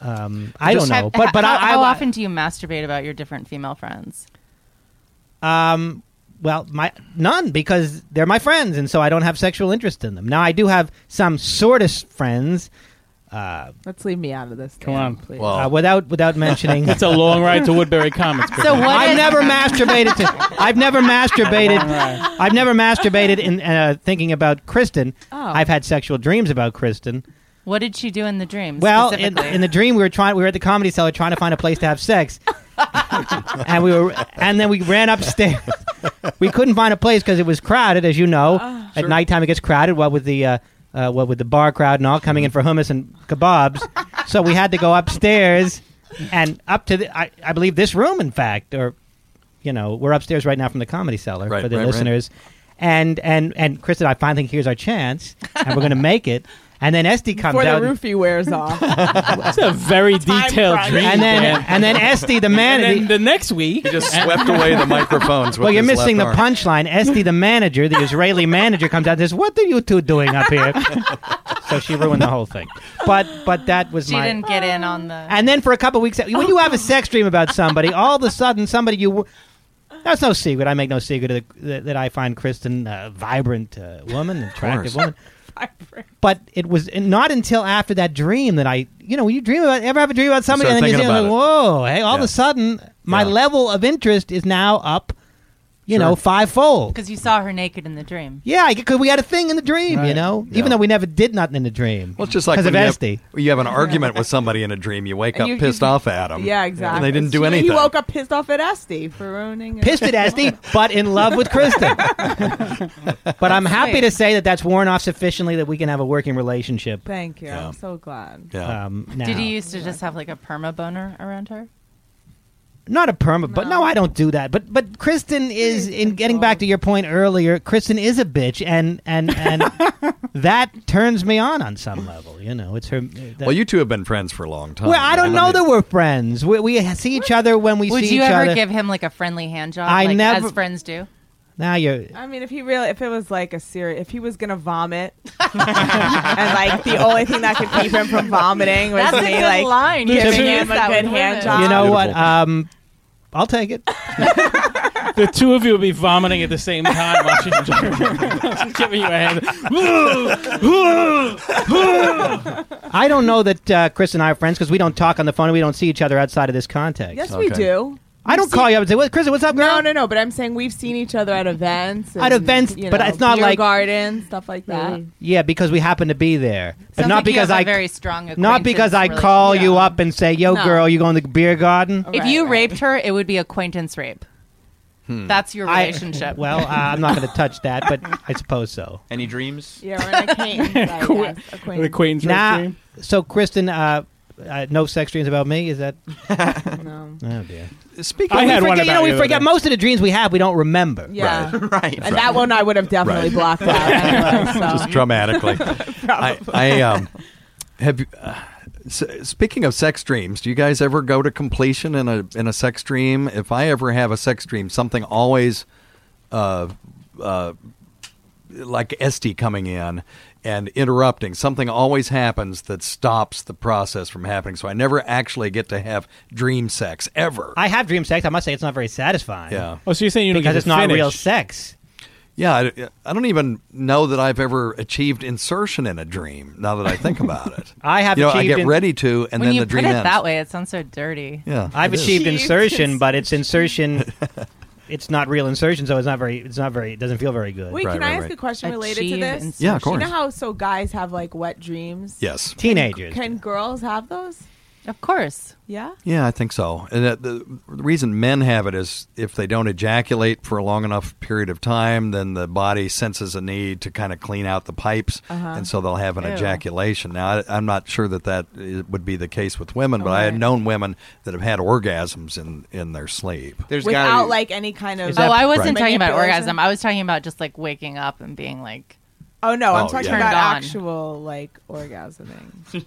E: um, I don't
C: Just
E: know,
C: have-
E: but but
C: how,
E: I,
C: how
E: I,
C: often do you masturbate about your different female friends?
E: Um, well, my none because they're my friends, and so I don't have sexual interest in them. Now I do have some sort of s- friends. Uh,
H: Let's leave me out of this.
E: Come
H: Dan,
E: on.
H: please.
E: uh, without without mentioning,
G: It's a long ride to Woodbury Commons.
E: So what I've never masturbated. To, I've never masturbated. I've never masturbated in uh, thinking about Kristen.
C: Oh.
E: I've had sexual dreams about Kristen.
C: What did she do in the dream?
E: Well, in,
C: specifically?
E: in the dream, we were trying. We were at the comedy cellar trying to find a place to have sex, and we were, and then we ran upstairs. we couldn't find a place because it was crowded, as you know. at nighttime, it gets crowded. What with the uh, uh, what with the bar crowd and all coming in for hummus and kebabs, so we had to go upstairs and up to the, I, I believe this room, in fact, or you know, we're upstairs right now from the comedy cellar
B: Right,
E: for the
B: right, right.
E: listeners. And and and Kristen, I finally think here's our chance, and we're going to make it. And then Esty comes
H: Before the
E: out. and-
H: roofie wears off.
G: That's a very detailed
H: crunch.
G: dream.
E: And then-
G: Dan.
E: and then Esty, the man-
G: And then the next week, he
B: just swept away the microphones.
E: well, you're missing the punchline. Esty, the manager, the Israeli manager, comes out and says, "What are you two doing up here?" so she ruined the whole thing. But but that was
C: she
E: my.
C: didn't get in on the.
E: And then for a couple of weeks, when you
B: Oh.
E: have a sex dream about somebody, all of a sudden somebody you. w- That's no secret. I make no secret of the, that, that I find Kristen a vibrant uh, woman, attractive woman. But it was not until after that dream that I, you know, when you dream about, ever have a dream about somebody,
B: start
E: and then you see,
B: thinking
E: them, like, whoa, hey, all of
B: Yeah.
E: a sudden, my level of interest is now up, you
B: Sure.
E: know, fivefold.
C: Because you saw her naked in the dream.
E: Yeah, because we had a thing in the dream, you
C: Right.
E: know, even though we never did nothing in the dream.
B: Well, it's just like
E: because
B: when
E: of
B: you have,
E: Esty.
B: you have an argument with somebody in a dream. You wake
H: And
B: up
H: you-
B: pissed
H: you-
B: off at them.
H: Yeah, exactly.
B: And they didn't do
H: She-
B: anything.
H: He woke up pissed off at Esty for ruining. it.
E: pissed at Esty, but in love with Kristen. but I'm happy
H: Sweet.
E: to say that that's worn off sufficiently that we can have a working relationship.
H: Thank you. I'm so glad.
E: Um, now.
C: Did you used to just have like a perma boner around her?
E: Not a perma, but no, I don't do that. But but Kristen is in getting back to your point earlier. Kristen is a bitch, and and and that turns me on on some level. You know, it's her. that-
B: well, you two have been friends for a long time.
E: well, I don't
B: mean,
E: know that we're friends. We, we see each other when we
C: Would
E: see
C: you
E: each
C: ever
E: other.
C: give him like a friendly hand job?
E: I
C: like,
E: never-
C: As friends do.
E: now you're
H: I mean, if he really, if it was like a serious, if he was gonna vomit, and like the only thing that could keep him from vomiting was
C: That's a
H: me
C: good
H: like
C: line.
H: giving
C: There's two-
H: him a
C: that
H: good
C: with
H: hand
C: women.
H: job.
E: You know what?
G: Unbelievable.
E: Um, I'll take it.
G: the two of you would be vomiting at the same time while she's giving you a hand.
E: I don't know that uh, Chris and I are friends because we don't talk on the phone and we don't see each other outside of this context.
H: Yes, we do.
E: I don't call you up and say, "What, Chris? What's up, girl?"
H: No, no, no. But I'm saying we've seen each other at events.
E: At
H: and,
E: events,
H: you
E: but
H: know,
E: it's not
H: beer
E: like-
H: garden stuff like that.
E: Yeah, because we happen to be there, but
C: Sounds
E: not
C: like you
E: because
C: have a
E: I
C: very strong
E: not because I
C: acquaintance
E: call you up and say, "Yo,
C: No.
E: girl, you going to the beer garden?"
C: If you raped her, it would be acquaintance rape.
E: Hmm.
C: That's your
E: I-
C: relationship.
E: well, uh, I'm not going to touch that, but I suppose so.
F: Any dreams?
H: Yeah, we're an acquaintance. I guess. Acquaintance.
E: Nah, So, Kristen, uh, uh, no sex dreams about me? Is that?
H: no.
E: Oh dear.
H: Speaking
E: Oh,
H: of-
E: we
H: I had
E: forget,
H: one
E: You know,
H: about
E: we
H: you the other
E: forget
H: day.
E: most of the dreams we have. We don't remember.
H: Yeah.
F: Right.
H: And that one I would have definitely
B: Right.
H: blocked out. anyway, so.
B: just dramatically. I, I um, have. you- Uh, s- speaking of sex dreams, do you guys ever go to completion in a in a sex dream? If I ever have a sex dream, something always, uh, uh, like Esty coming in and interrupting. Something always happens that stops the process from happening. So I never actually get to have dream sex ever.
E: I have dream sex. I must say, it's not very satisfying.
B: Yeah.
G: Oh, so you're saying you don't
E: because
G: get
E: it's
G: to
E: not
G: finish.
E: real sex.
B: Yeah, I, I don't even know that I've ever achieved insertion in a dream. Now that I think about it,
E: I have
B: You know, I
E: achieved
B: get
E: in-
B: ready to, and
C: when
B: then
C: you
B: the dream
C: put it
B: ends.
C: that way, it sounds so dirty.
B: Yeah,
E: I've
B: it is.
E: achieved
C: Achieved
E: insertion, but it's insertion. it's not real insertion, so it's not very. It's not very. It doesn't feel very good.
H: Wait, can I ask a question related to
C: Achieve
H: this?
E: Yeah, of
H: You
E: course.
H: know how so guys have like wet dreams?
B: Yes.
E: Teenagers.
H: Can girls have those?
C: Of course.
H: Yeah.
B: Yeah, I think so. And that the, the reason men have it is if they don't ejaculate for a long enough period of time, then the body senses a need to kind of clean out the pipes,
I: Uh-huh.
B: and so they'll have an
I: Ew.
B: ejaculation. Now, I, I'm not sure that that i- would be the case with women, but I had known women that have had orgasms in in their sleep.
F: There's
H: Without like any kind of.
C: Oh, I wasn't
B: Right.
C: talking about
H: Manipulation?
C: orgasm. I was talking about just like waking up and being like,
H: Oh no, I'm
C: Oh,
H: talking
C: yeah.
H: about
C: Turned on.
H: actual like orgasming.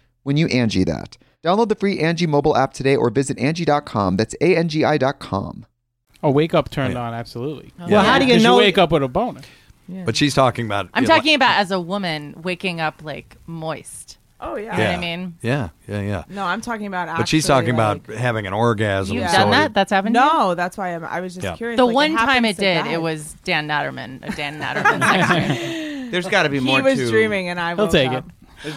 K: when you Angie that. Download the free Angie mobile app today or visit Angie.com. That's A N G I.com.
G: Oh, wake up turned on, absolutely.
E: Well, how do you
G: 'Cause
E: know-
G: wake up with a boner?
C: Yeah.
B: But she's talking about.
C: I'm
B: you know,
C: talking about as a woman waking up like moist.
H: Oh yeah.
C: You know what I mean?
B: Yeah, yeah, yeah.
H: No, I'm talking about.
B: but she's
H: actually,
B: talking
H: like-
B: about having an orgasm.
C: You've
B: so
C: done
B: it-
C: that? That's happened. to you?
H: No, that's why I'm, I was just
B: Yeah.
H: curious.
C: The
H: like,
C: one time
H: happens
C: it
H: to
C: did,
H: guys.
C: it was Dan Natterman. uh, Dan Natterman.
F: There's got to be
H: He
F: more.
H: was
F: to-
H: dreaming and I He'll woke take up.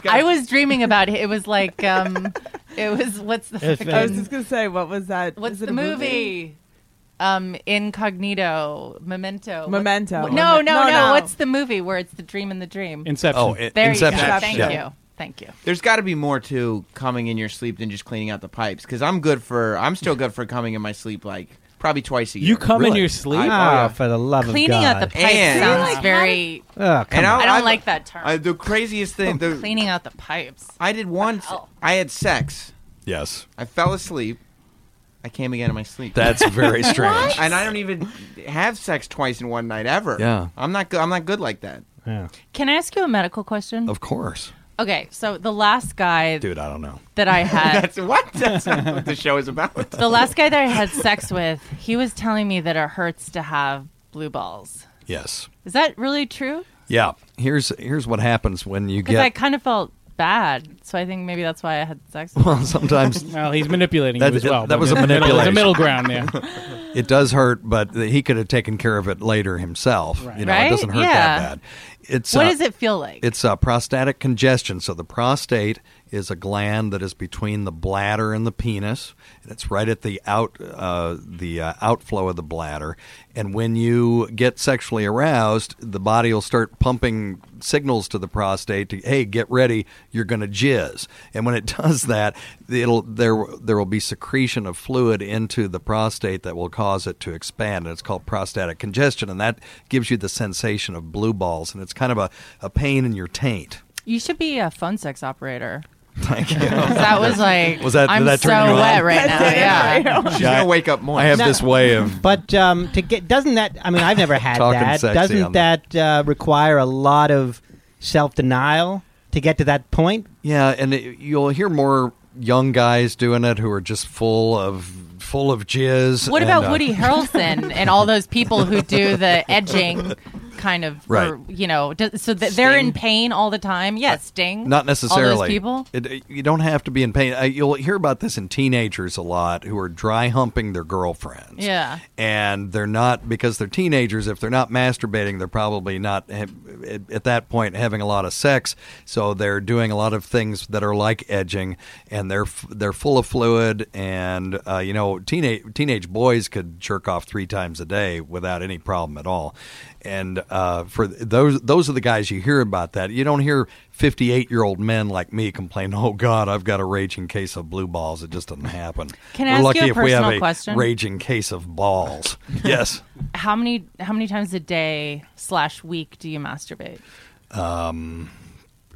C: I was dreaming about it. It was like, um, it was what's the?
H: If I was
C: fucking-
H: just gonna say, what was that?
C: What's
H: Is it
C: the
H: a
C: movie? Um, Incognito, Memento. What-
H: Memento.
C: what- no, no,
H: No,
C: no,
H: no.
C: What's the movie where it's the dream in the dream?
F: Inception. Oh, I-
C: there
F: Inception.
C: You go. Thank
F: Yeah.
C: you. Thank you.
F: There's got to be more to coming in your sleep than just cleaning out the pipes. Because I'm good for. I'm still good for coming in my sleep like probably twice a year.
G: You come in your sleep?
B: Oh,
E: Ah, for the love of
C: Cleaning
E: God.
C: out the pipes
F: And-
C: sounds
F: Really?
C: very.
E: Oh, come
F: And
E: on.
C: I don't
F: I've-
C: like that term.
F: I, the craziest thing. The,
C: Cleaning out the pipes.
F: I did once.
C: Oh.
F: I had sex.
B: Yes.
F: I fell asleep. I came again in my sleep.
B: That's very strange. What?
F: And I don't even have sex twice in one night ever.
B: Yeah.
F: I'm not good. I'm not good like that.
B: Yeah.
C: Can I ask you a medical question?
B: Of course.
C: Okay, so the last guy
B: Dude, I don't know.
C: that I had,
F: That's what. That's what the show is about.
C: the last guy that I had sex with, he was telling me that it hurts to have blue balls.
B: Yes.
C: Is that really true?
B: Yeah. Here's here's what happens when you
C: Because
B: get
C: I kind of felt bad, so I think maybe that's why I had sex.
B: Well, sometimes.
G: Well, he's manipulating you as well.
B: That
G: but
B: was a
G: there's
B: manipulation.
G: middle- There's a middle ground there.
B: it does hurt, but th- he could have taken care of it later himself. You know,
C: Right?
B: it doesn't hurt
C: Yeah.
B: that bad. It's
C: What
B: uh,
C: does it feel like?
B: It's uh, prostatic congestion. So the prostate is a gland that is between the bladder and the penis, and it's right at the out uh, the uh, outflow of the bladder. And when you get sexually aroused, the body will start pumping signals to the prostate to hey, get ready, you're going to jizz. And when it does that, it'll there there will be secretion of fluid into the prostate that will cause it to expand, and it's called prostatic congestion, and that gives you the sensation of blue balls, and it's kind of a, a pain in your taint.
C: You should be a phone sex operator.
B: Thank you.
C: That was like
B: Was that- did
C: I'm
B: that
C: so
B: turn you on?
C: wet right now.
B: That did it
C: Yeah.
B: She's gonna wake up more. I have this way of-
E: But um, to get doesn't that? I mean, I've never had
B: Talking
E: that.
B: sexy
E: Doesn't
B: on the-
E: that uh, require a lot of self denial to get to that point?
B: Yeah, and it, you'll hear more young guys doing it who are just full of full of jizz.
C: What
B: and,
C: about
B: uh,
C: Woody Harrelson and all those people who do the edging kind of,
B: Right.
C: or, you know, d- so that they're in pain all the time? Yes, sting.
B: Not necessarily.
C: All those people.
B: It- it- you don't have to be in pain. Uh, you'll hear about this in teenagers a lot who are dry humping their girlfriend.
C: Yeah.
B: and they're not because they're teenagers. If they're not masturbating, they're probably not ha- at at that point having a lot of sex. So they're doing a lot of things that are like edging, and they're f- they're full of fluid. And uh, you know, teenage teenage boys could jerk off three times a day without any problem at all. And uh, for th- those those are the guys you hear about that. You don't hear fifty eight year old men like me complain. Oh God, I've got a raging case of blue balls. It just doesn't happen.
C: Can I
B: We're
C: ask you
B: lucky
C: a
B: if we have
C: personal
B: a
C: question?
B: raging case of balls. yes.
C: How many how many times a day slash week do you masturbate?
B: Um,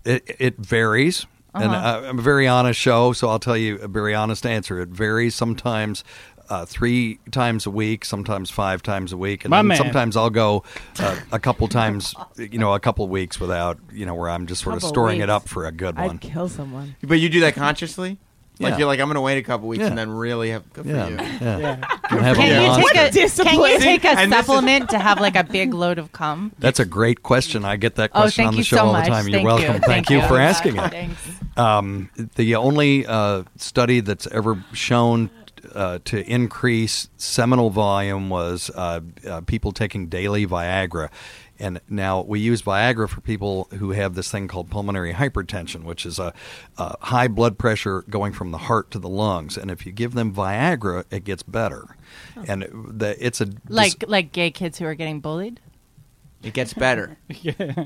B: it, it varies. And
C: Uh-huh.
B: I, I'm a very honest show, so I'll tell you a very honest answer. It varies sometimes uh, three times a week, sometimes five times a week. And
G: My
B: then
G: man.
B: sometimes I'll go uh, a couple times, you know, a couple weeks without, you know, where I'm just sort of
H: Couple
B: storing it
H: weeks.
B: up for a good
H: I'd
B: one.
H: kill someone.
F: But you do that consciously. Like
B: Yeah.
F: you're like I'm gonna wait a couple weeks
B: Yeah.
F: and then really have good
B: Yeah,
F: for you.
B: yeah. Yeah.
F: Good
B: Have
F: for
B: a
F: you.
B: Can you monster.
C: Take a, can you
H: Discipline.
C: take
H: See,
C: a
H: and this is-
C: supplement to have like a big load of cum?
B: That's a great question. I get that
C: Oh,
B: question
C: thank
B: on the
C: you
B: show
C: so
B: all
C: much.
B: the time. You're
C: Thank you.
B: welcome.
C: Thank
B: Thank
C: you.
B: you for asking it.
C: Thanks.
B: Um, the only uh, study that's ever shown uh, to increase seminal volume was uh, uh, people taking daily Viagra. And now we use Viagra for people who have this thing called pulmonary hypertension, which is a, a high blood pressure going from the heart to the lungs. And if you give them Viagra, it gets better. And the, it's a
C: Like like gay kids who are getting bullied.
F: It gets better.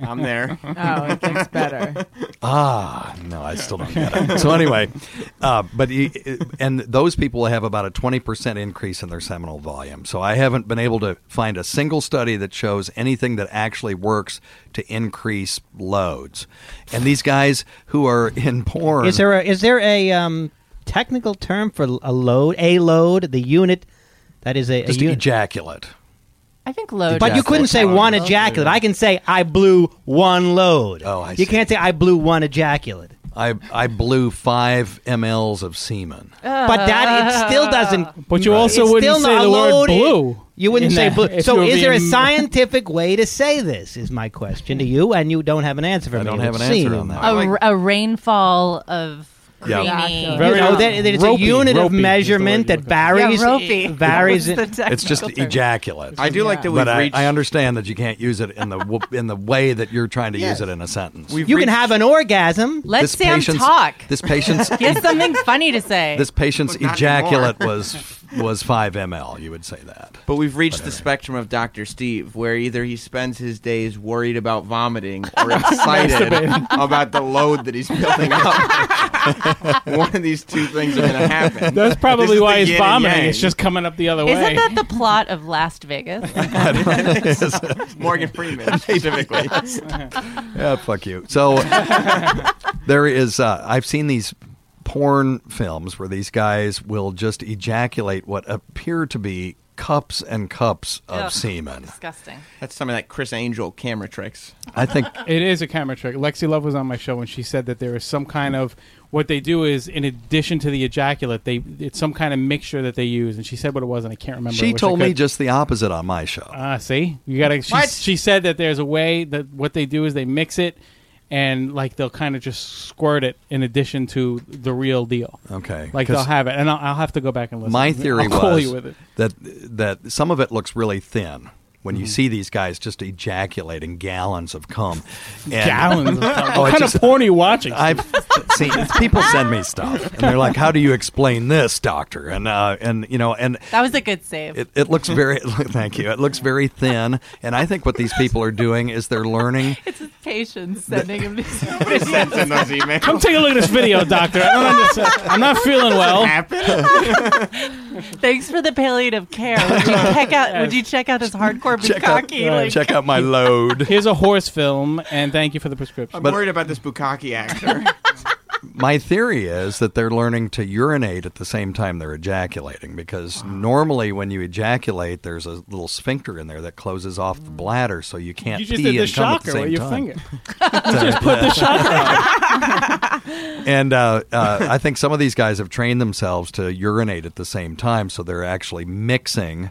F: I'm there.
C: Oh, it gets better.
B: Ah, no, I still don't get it. So anyway, uh, but you, and those people have about a twenty percent increase in their seminal volume. So I haven't been able to find a single study that shows anything that actually works to increase loads. And these guys who are in porn,
E: Is there a is there a um, technical term for a load? A load, the unit that is a, a
B: just
E: unit.
B: ejaculate?
C: I think load.
E: But you couldn't say one ejaculate. I can say I blew one load.
B: Oh, I
E: You can't say I blew one ejaculate.
B: I I blew five mls of semen.
E: But that it still doesn't.
G: But you
E: Right.
G: Uh, also
E: It's
G: wouldn't
E: still
G: say
E: not
G: the word
E: loaded.
G: blue.
E: You wouldn't
G: in
E: say
G: that,
E: blue.
G: if
E: So
G: you were
E: is there a
G: being-
E: scientific way to say this? Is my question to you, and you don't have an answer for me.
B: don't
E: it
B: have
E: would
B: an answer
E: seem.
B: on that.
C: A, r- a rainfall of creamy.
E: You know, that, that it's a unit of measurement that varies.
C: Yeah, ropey.
E: Varies.
C: That was the
B: It's just
C: technical term.
B: ejaculate.
F: I do like that
B: But
F: we've
B: I,
F: reached-
B: I understand that you can't use it in the w- in the way that you're trying to
C: Yes.
B: use it in a sentence.
E: you can have an orgasm.
C: Let
B: This
C: Sam
B: patient's-
C: talk.
B: this patient's-
C: Get something funny to say.
B: this patient's
F: not
B: ejaculate
F: anymore.
B: was was five ml. You would say that.
F: But we've reached the spectrum of Dr. Steve, where either he spends his days worried about vomiting or excited
G: Masturbating.
F: about the load that he's building up. One of these two things are going to happen.
G: That's
F: This
G: probably
F: is
G: why
F: the
G: he's
F: yin and
G: vomiting.
F: yang.
G: It's just coming up the other way.
C: Isn't that the plot of Last Vegas?
F: Morgan Freeman specifically.
B: Yeah, fuck you. So there is. Uh, I've seen these porn films where these guys will just ejaculate what appear to be cups and cups of
C: Ugh,
B: semen.
C: Disgusting.
F: That's some of that Chris Angel camera tricks.
B: I think
G: it is a camera trick. Lexi Love was on my show and she said that there is some kind of what they do is in addition to the ejaculate, they it's some kind of mixture that they use. And she said what it was, and I can't remember. I
B: She
G: wish I
B: told me
G: could.
B: just the opposite on my show.
G: Ah, see, you gotta. She,
B: What?
G: she said that there's a way that what they do is they mix it, and like they'll kind of just squirt it in addition to the real deal.
B: Okay,
G: like they'll
B: 'cause
G: have it, and I'll, I'll have to go back and listen.
B: My theory
G: I'll call
B: was
G: you with it.
B: that that some of it looks really thin when
G: Mm-hmm.
B: you see these guys just ejaculating gallons of cum. And-
G: Gallons. Of
B: Oh,
G: time.
B: it
G: what kind
B: just-
G: of porn are you watching?
B: I've seen people send me stuff, and they're like, "How do you explain this, doctor?" And uh, and you know, and
C: That was a good save.
B: it, it looks very. thank you. It looks very thin, and I think what these people are doing is they're learning.
C: it's his patients sending him these
F: sends in those emails.
G: Come take a look at this video, doctor. I don't understand. I'm not feeling well.
C: Thanks for the palliative care. Would you check out? Would you check out this hardcore bukkake?
B: right.
C: like-
B: check out my load.
G: Here's a horse film, and thank you for the prescription.
F: I'm worried about this Bukaki actor.
B: My theory is that they're learning to urinate at the same time they're ejaculating because normally when you ejaculate, there's a little sphincter in there that closes off the bladder, so you can't
G: you just
B: pee
G: did the
B: and come at the
G: shocker
B: same
G: with your
B: time.
G: finger. you just put the shocker on.
B: And uh, uh, I think some of these guys have trained themselves to urinate at the same time, so they're actually mixing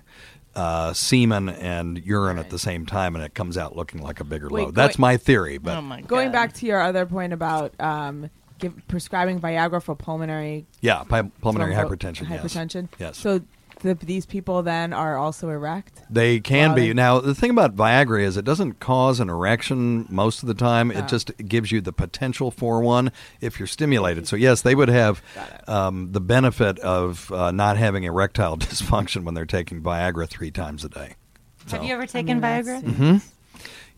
B: uh, semen and urine at the same time, and it comes out looking like a bigger
H: Wait, Um,
B: load. That's
H: going-
B: my theory, but
C: oh
H: Going back to your other point about um, give, prescribing Viagra for pulmonary
B: yeah, pi- pulmonary
H: Thrombo-
B: hypertension. yes.
H: Hypertension.
B: Yes.
H: So the, these people then are also erect.
B: They can
H: Wow,
B: be.
H: they-
B: Now, the thing about Viagra is it doesn't cause an erection most of the time.
H: Oh.
B: It just gives you the potential for one if you're stimulated. So, yes, they would have um, the benefit of uh, not having erectile dysfunction when they're taking Viagra three times a day.
C: Have you ever taken Viagra?
G: Mm-hmm.
B: hmm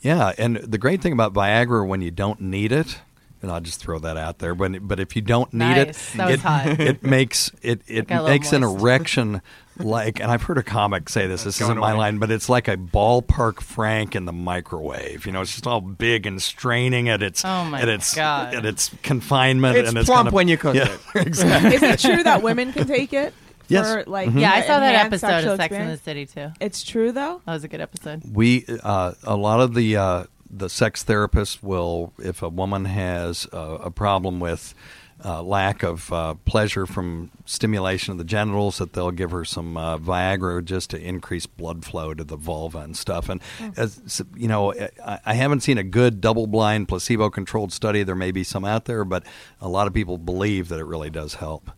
B: Yeah, and the great thing about Viagra when you don't need it, and I'll just throw that out there, but but if you don't need
C: Nice.
B: it,
C: That was
B: it,
C: hot.
B: it makes it it
C: got a little
B: makes an
C: moist.
B: erection like, and I've heard a comic say this. This isn't my line, but it's like a ballpark Frank in the microwave. You know, it's just all big and straining at its
C: Oh my
B: at its
C: God.
B: at its confinement.
F: It's
B: and it's
F: plump
B: kind of-
F: when you cook
B: yeah,
F: it.
B: exactly.
H: Is it true that women can take it?
B: Yes.
H: For, like,
B: Mhm.
C: Yeah, I
H: the
C: saw that
H: enhanced
C: episode
H: sexual
C: of Sex in the
H: experience?
C: City too.
H: It's true though.
C: That was a good episode.
B: We uh, a lot of the uh, the sex therapists will, if a woman has uh, a problem with uh, lack of uh, pleasure from stimulation of the genitals, that they'll give her some uh, Viagra just to increase blood flow to the vulva and stuff. And as you know, I, I haven't seen a good double blind placebo controlled study. There may be some out there, but a lot of people believe that it really does help.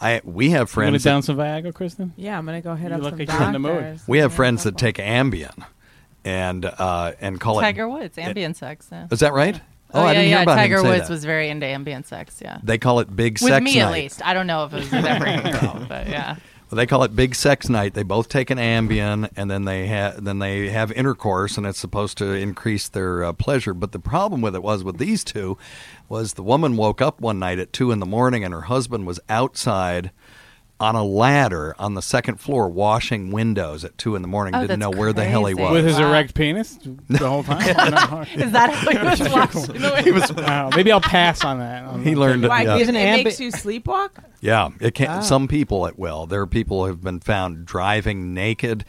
B: I we have
G: You want
B: friends
G: to
B: that-
G: down some Viagra, Kristen?
H: Yeah, I'm gonna go hit
G: You
H: up
G: look
H: some
G: like you're in the mood.
H: doctors.
B: we have friends that take Ambien and uh, and call it
C: Tiger Woods, ambient sex. Yeah.
B: Is that right?
C: Oh, yeah,
B: I didn't
C: yeah.
B: hear about
C: Tiger
B: him say
C: Woods
B: that.
C: was very into ambient sex. Yeah.
B: They call it Big
C: With
B: Sex
C: me,
B: Night.
C: at least. I don't know if it was with every girl, but yeah.
B: Well, they call it Big Sex Night. They both take an Ambien and then they ha- then they have intercourse, and it's supposed to increase their uh, pleasure. But the problem with it was with these two was the woman woke up one night at two in the morning, and her husband was outside. On a ladder on the second floor, washing windows at two in the morning,
C: Oh,
B: didn't know
C: that's
B: where the hell he
C: crazy.
B: was
G: With his erect penis the whole time. No.
C: Is that how he was watching the way-
G: Wow, maybe I'll pass on that. I'm
B: He
G: not
B: learned
G: taking-
B: Why, yeah.
H: It
B: Isn't
E: ambi-
H: makes you sleepwalk.
B: Yeah, it can
H: Ah.
B: Some people it will. There are people who have been found driving naked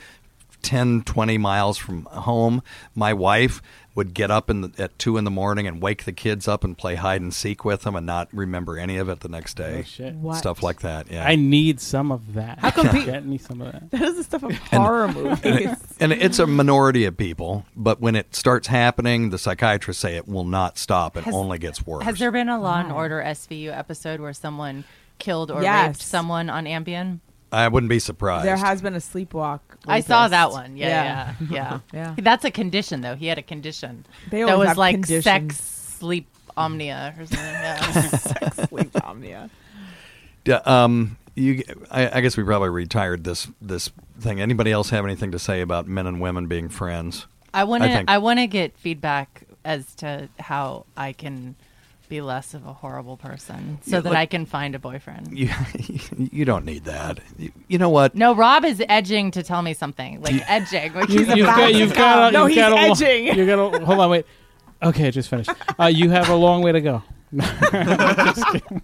B: 10, 20 miles from home. My wife would get up in the, at two in the morning and wake the kids up and play hide and seek with them and not remember any of it the next day.
G: Oh, shit.
H: What?
B: Stuff like that. Yeah.
G: I need some of that. How
H: come pe-
G: Get me some of that.
H: That is the stuff of horror
B: and,
H: movies.
B: it- and it's a minority of people, but when it starts happening, the psychiatrists say it will not stop. It
C: Has-
B: only gets worse.
C: Has there been a Law and Order SVU episode where someone killed or
H: Yes.
C: raped someone on Ambien?
B: I wouldn't be surprised.
H: There has been a sleepwalk.
C: I saw
H: rapist.
C: that one. Yeah, yeah, yeah.
H: Yeah.
C: That's a condition, though. He had a condition
H: They
C: that
H: always
C: was
H: have
C: like
H: conditions.
C: sex sleep omnia or something. Yeah.
H: sex sleep omnia.
B: Yeah, um, you, I, I guess we probably retired this this thing. Anybody else have anything to say about men and women being friends?
C: I want to.
B: think-
C: I, want to get feedback as to how I can be less of a horrible person, so
B: Yeah,
C: that
B: like-
C: I can find a boyfriend.
B: You, you don't need that. You, you know what?
C: No, Rob is edging to tell me something. Like edging. Like he's about
G: you've got,
C: to
G: you've
C: go.
G: got a, you've got a lo- you got a, hold on, wait. Okay, I just finished. Uh, you have a long way to go. Just kidding.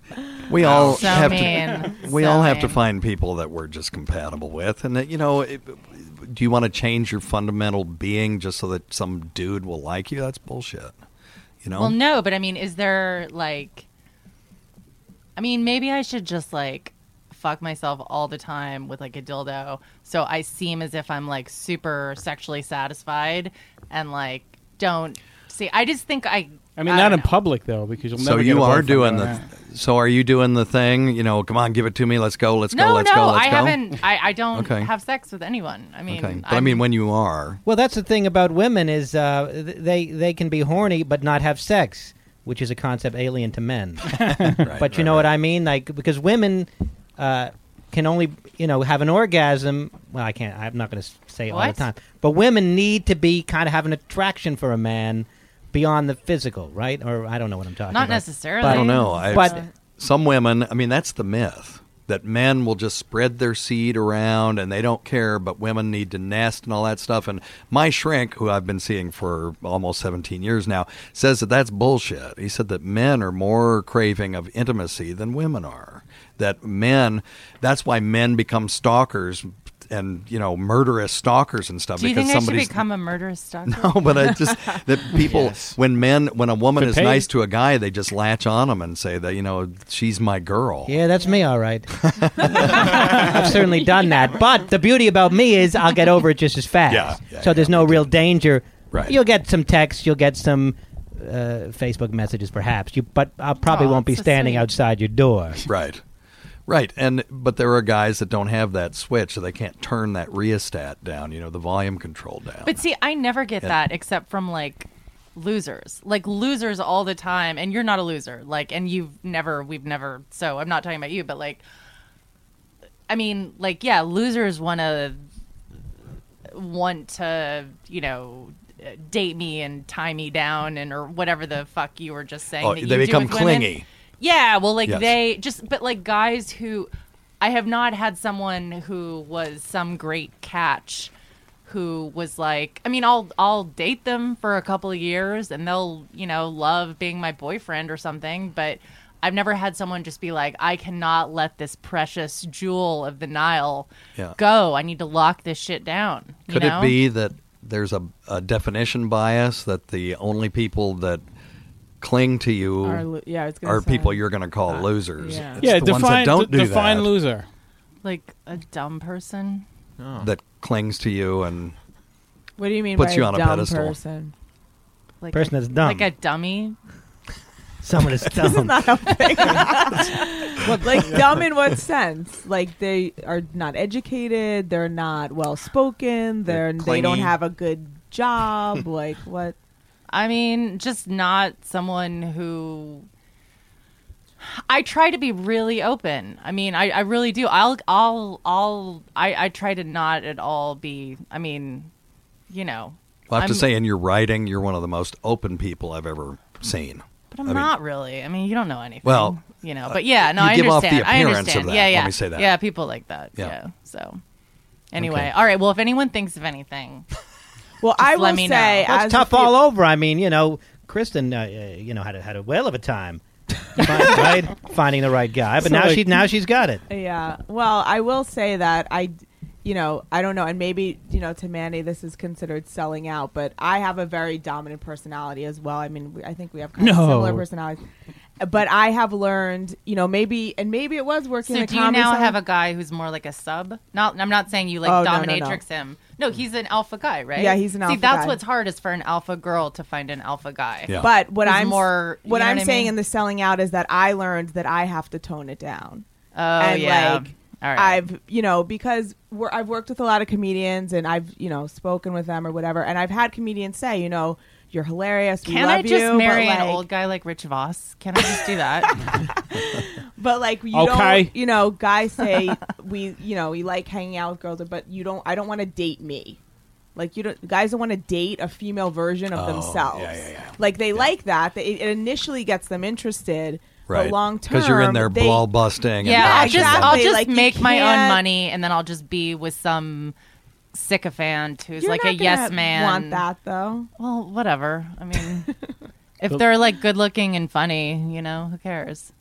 B: We all
C: So
B: have
C: mean.
B: to. We
C: So
B: all have to
C: mean.
B: find people that we're just compatible with, and that, you know, it, do you want to change your fundamental being just so that some dude will like you? That's bullshit. You know.
C: Well, no, but I mean, is there like, I mean, maybe I should just like fuck myself all the time with like a dildo, so I seem as if I'm like super sexually satisfied and like don't see. I just think I.
G: I mean,
C: I
G: not
C: don't
G: in public though, because you'll
B: so
G: never. get
B: you
G: a
B: are
G: boyfriend
B: doing
G: doing
B: the. So are you doing the thing? You know, come on, give it to me. Let's go. Let's
C: know.
B: go.
C: no,
B: Let's
C: no,
B: go. Let's
C: I
B: go.
C: haven't. I, I don't
B: Okay.
C: have sex with anyone. I mean,
B: Okay, but I
C: I'm-
B: mean, when you are,
E: Well, that's the thing about women is uh, th- they they can be horny but not have sex, which is a concept alien to men. but you know what I mean? Like because women uh, can only you know have an orgasm. Well, I can't. I'm not going to say all
C: What?
E: the time. But women need to be kind of have an attraction for a man beyond the physical, right? Or I don't know what I'm talking
C: Not
E: about.
C: necessarily.
E: But-
B: I don't know. I,
E: but
B: some women, I mean, that's the myth that men will just spread their seed around and they don't care, but women need to nest and all that stuff. And my shrink, who I've been seeing for almost 17 years now, says that that's bullshit. He said that men are more craving of intimacy than women are. That men, that's why men become stalkers and, you know, murderous stalkers and stuff
C: do you
B: because
C: think I should
B: somebody's
C: become a murderous stalker?
B: no, but I just that people when men when a woman
E: If it
B: is
E: pays.
B: nice to a guy, they just latch on him and say that you know she's my girl.
E: Yeah, that's me, all right. I've certainly done that. But the beauty about me is I'll get over it just as fast.
B: Yeah,
E: so there's no real danger.
B: Right.
E: You'll get some texts, you'll get some uh, Facebook messages, perhaps. You, but I probably
B: Aw,
E: won't be
B: that's so
E: standing
B: sweet.
E: outside your door.
B: Right. Right. And but there are guys that don't have that switch, so they can't turn that rheostat down. You know the volume control down.
C: But see, I never get
B: Yeah.
C: that except from like losers, like losers all the time. And you're not a loser, like, and you've never, we've never. So I'm not talking about you, but like, I mean, like, yeah, losers want to want to, you know, date me and tie me down and or whatever the fuck you were just saying.
B: Oh,
C: that you
B: they
C: do
B: become
C: with women.
B: clingy.
C: Yeah, well, like
B: Yes.
C: they just, but like guys who, I have not had someone who was some great catch, who was like, I mean, I'll I'll date them for a couple of years and they'll you know love being my boyfriend or something, but. I've never had someone just be like, I cannot let this precious jewel of the Nile
B: Yeah.
C: go. I need to lock this shit down. you
B: Could
C: know?
B: it be that there's a, a definition bias that the only people that cling to you
H: Are lo- yeah, I was gonna
B: are
H: say. Uh,
B: people you're going to call losers?
H: Yeah.
B: It's
G: Yeah,
B: the
G: define
B: ones that don't
G: d-
B: do
G: define
B: that.
G: loser.
C: like a dumb person?
B: that clings to you and
H: What do you mean
B: puts
H: by
B: you
H: a
B: on
H: dumb
B: a pedestal.
H: person?
C: Like
E: Person
C: a-
E: that's dumb.
C: Like a dummy.
E: Someone is dumb.
H: like dumb in what sense? Like they are not educated, they're not well spoken, they're, they don't
C: clingy.
H: have a good job. like what?
C: I mean, just not someone who. I try to be really open. I mean, I, I really do. I'll, I'll, I'll, I, I try to not at all be. I mean, you know.
B: Well, I have
C: I'm,
B: to say, in your writing, you're one of the most open people I've ever seen.
C: but I'm
B: I mean-
C: not really. I mean, you don't know anything.
B: Well,
C: you know,
B: uh,
C: but yeah, no,
B: you
C: I
B: give off the
C: understand. I
B: appearance of
C: understand.
B: that,
C: Yeah,
B: let
C: yeah.
B: me say that.
C: Yeah, people like that.
B: Yeah.
C: Yeah. So, anyway,
E: Okay.
C: all right. Well, if anyone thinks of anything,
H: well,
E: I
C: let me know.
E: That's tough all over. I mean, you know, Kristen, uh, uh, you know, had a, had a whale of a time fin- right? finding the right guy, but
H: So,
E: now
H: like-
E: she now she's got it.
H: Yeah. Well, I will say that I you know, I don't know, and maybe you know, to Mandy, this is considered selling out. But I have a very dominant personality as well. I mean, we, I think we have kind
C: No.
H: of similar personalities. But I have learned, you know, maybe and maybe it was working.
C: So
H: at
C: do you
H: Comedy
C: now
H: Cellar.
C: have a guy who's more like a sub? Not, I'm not saying you like
H: Oh, no, no, no.
C: dominatrix him. No, he's an alpha guy, right?
H: Yeah, he's an alpha
C: See, that's
H: guy.
C: what's hard is for an alpha girl to find an alpha guy.
H: But what
C: Who's
H: I'm
C: more, you
H: what
C: know
H: I'm
C: I
H: saying
C: mean?
H: in the selling out is that I learned that I have to tone it down.
C: Oh, yeah.
H: Like,
C: All right.
H: I've you know because we're, I've worked with a lot of comedians and I've you know spoken with them or whatever, and I've had comedians say you know you're hilarious. we
C: Can I
H: love
C: just
H: you, but,
C: marry an
H: like-
C: old guy like Rich Voss? Can I just do that?
H: But like you
C: Okay.
H: don't, you know, guys say we, you know, we like hanging out with girls, but you don't. I don't want to date me. Like you don't, guys don't want to date a female version of
B: Oh,
H: themselves.
B: yeah, yeah, yeah.
H: Like they like that. They, it initially gets them interested,
B: Right.
H: But long term,
B: Because you're in there
H: they-
B: ball busting.
C: yeah, I'll
B: and
C: just, I'll
H: exactly.
C: just
H: Like, you
C: make my own
H: can't-
C: money and then I'll just be with some sycophant who's
H: You're
C: like
H: not
C: a
H: gonna
C: yes man.
H: Want that though?
C: Well, whatever. I mean, if they're like good looking and funny, you know, who cares?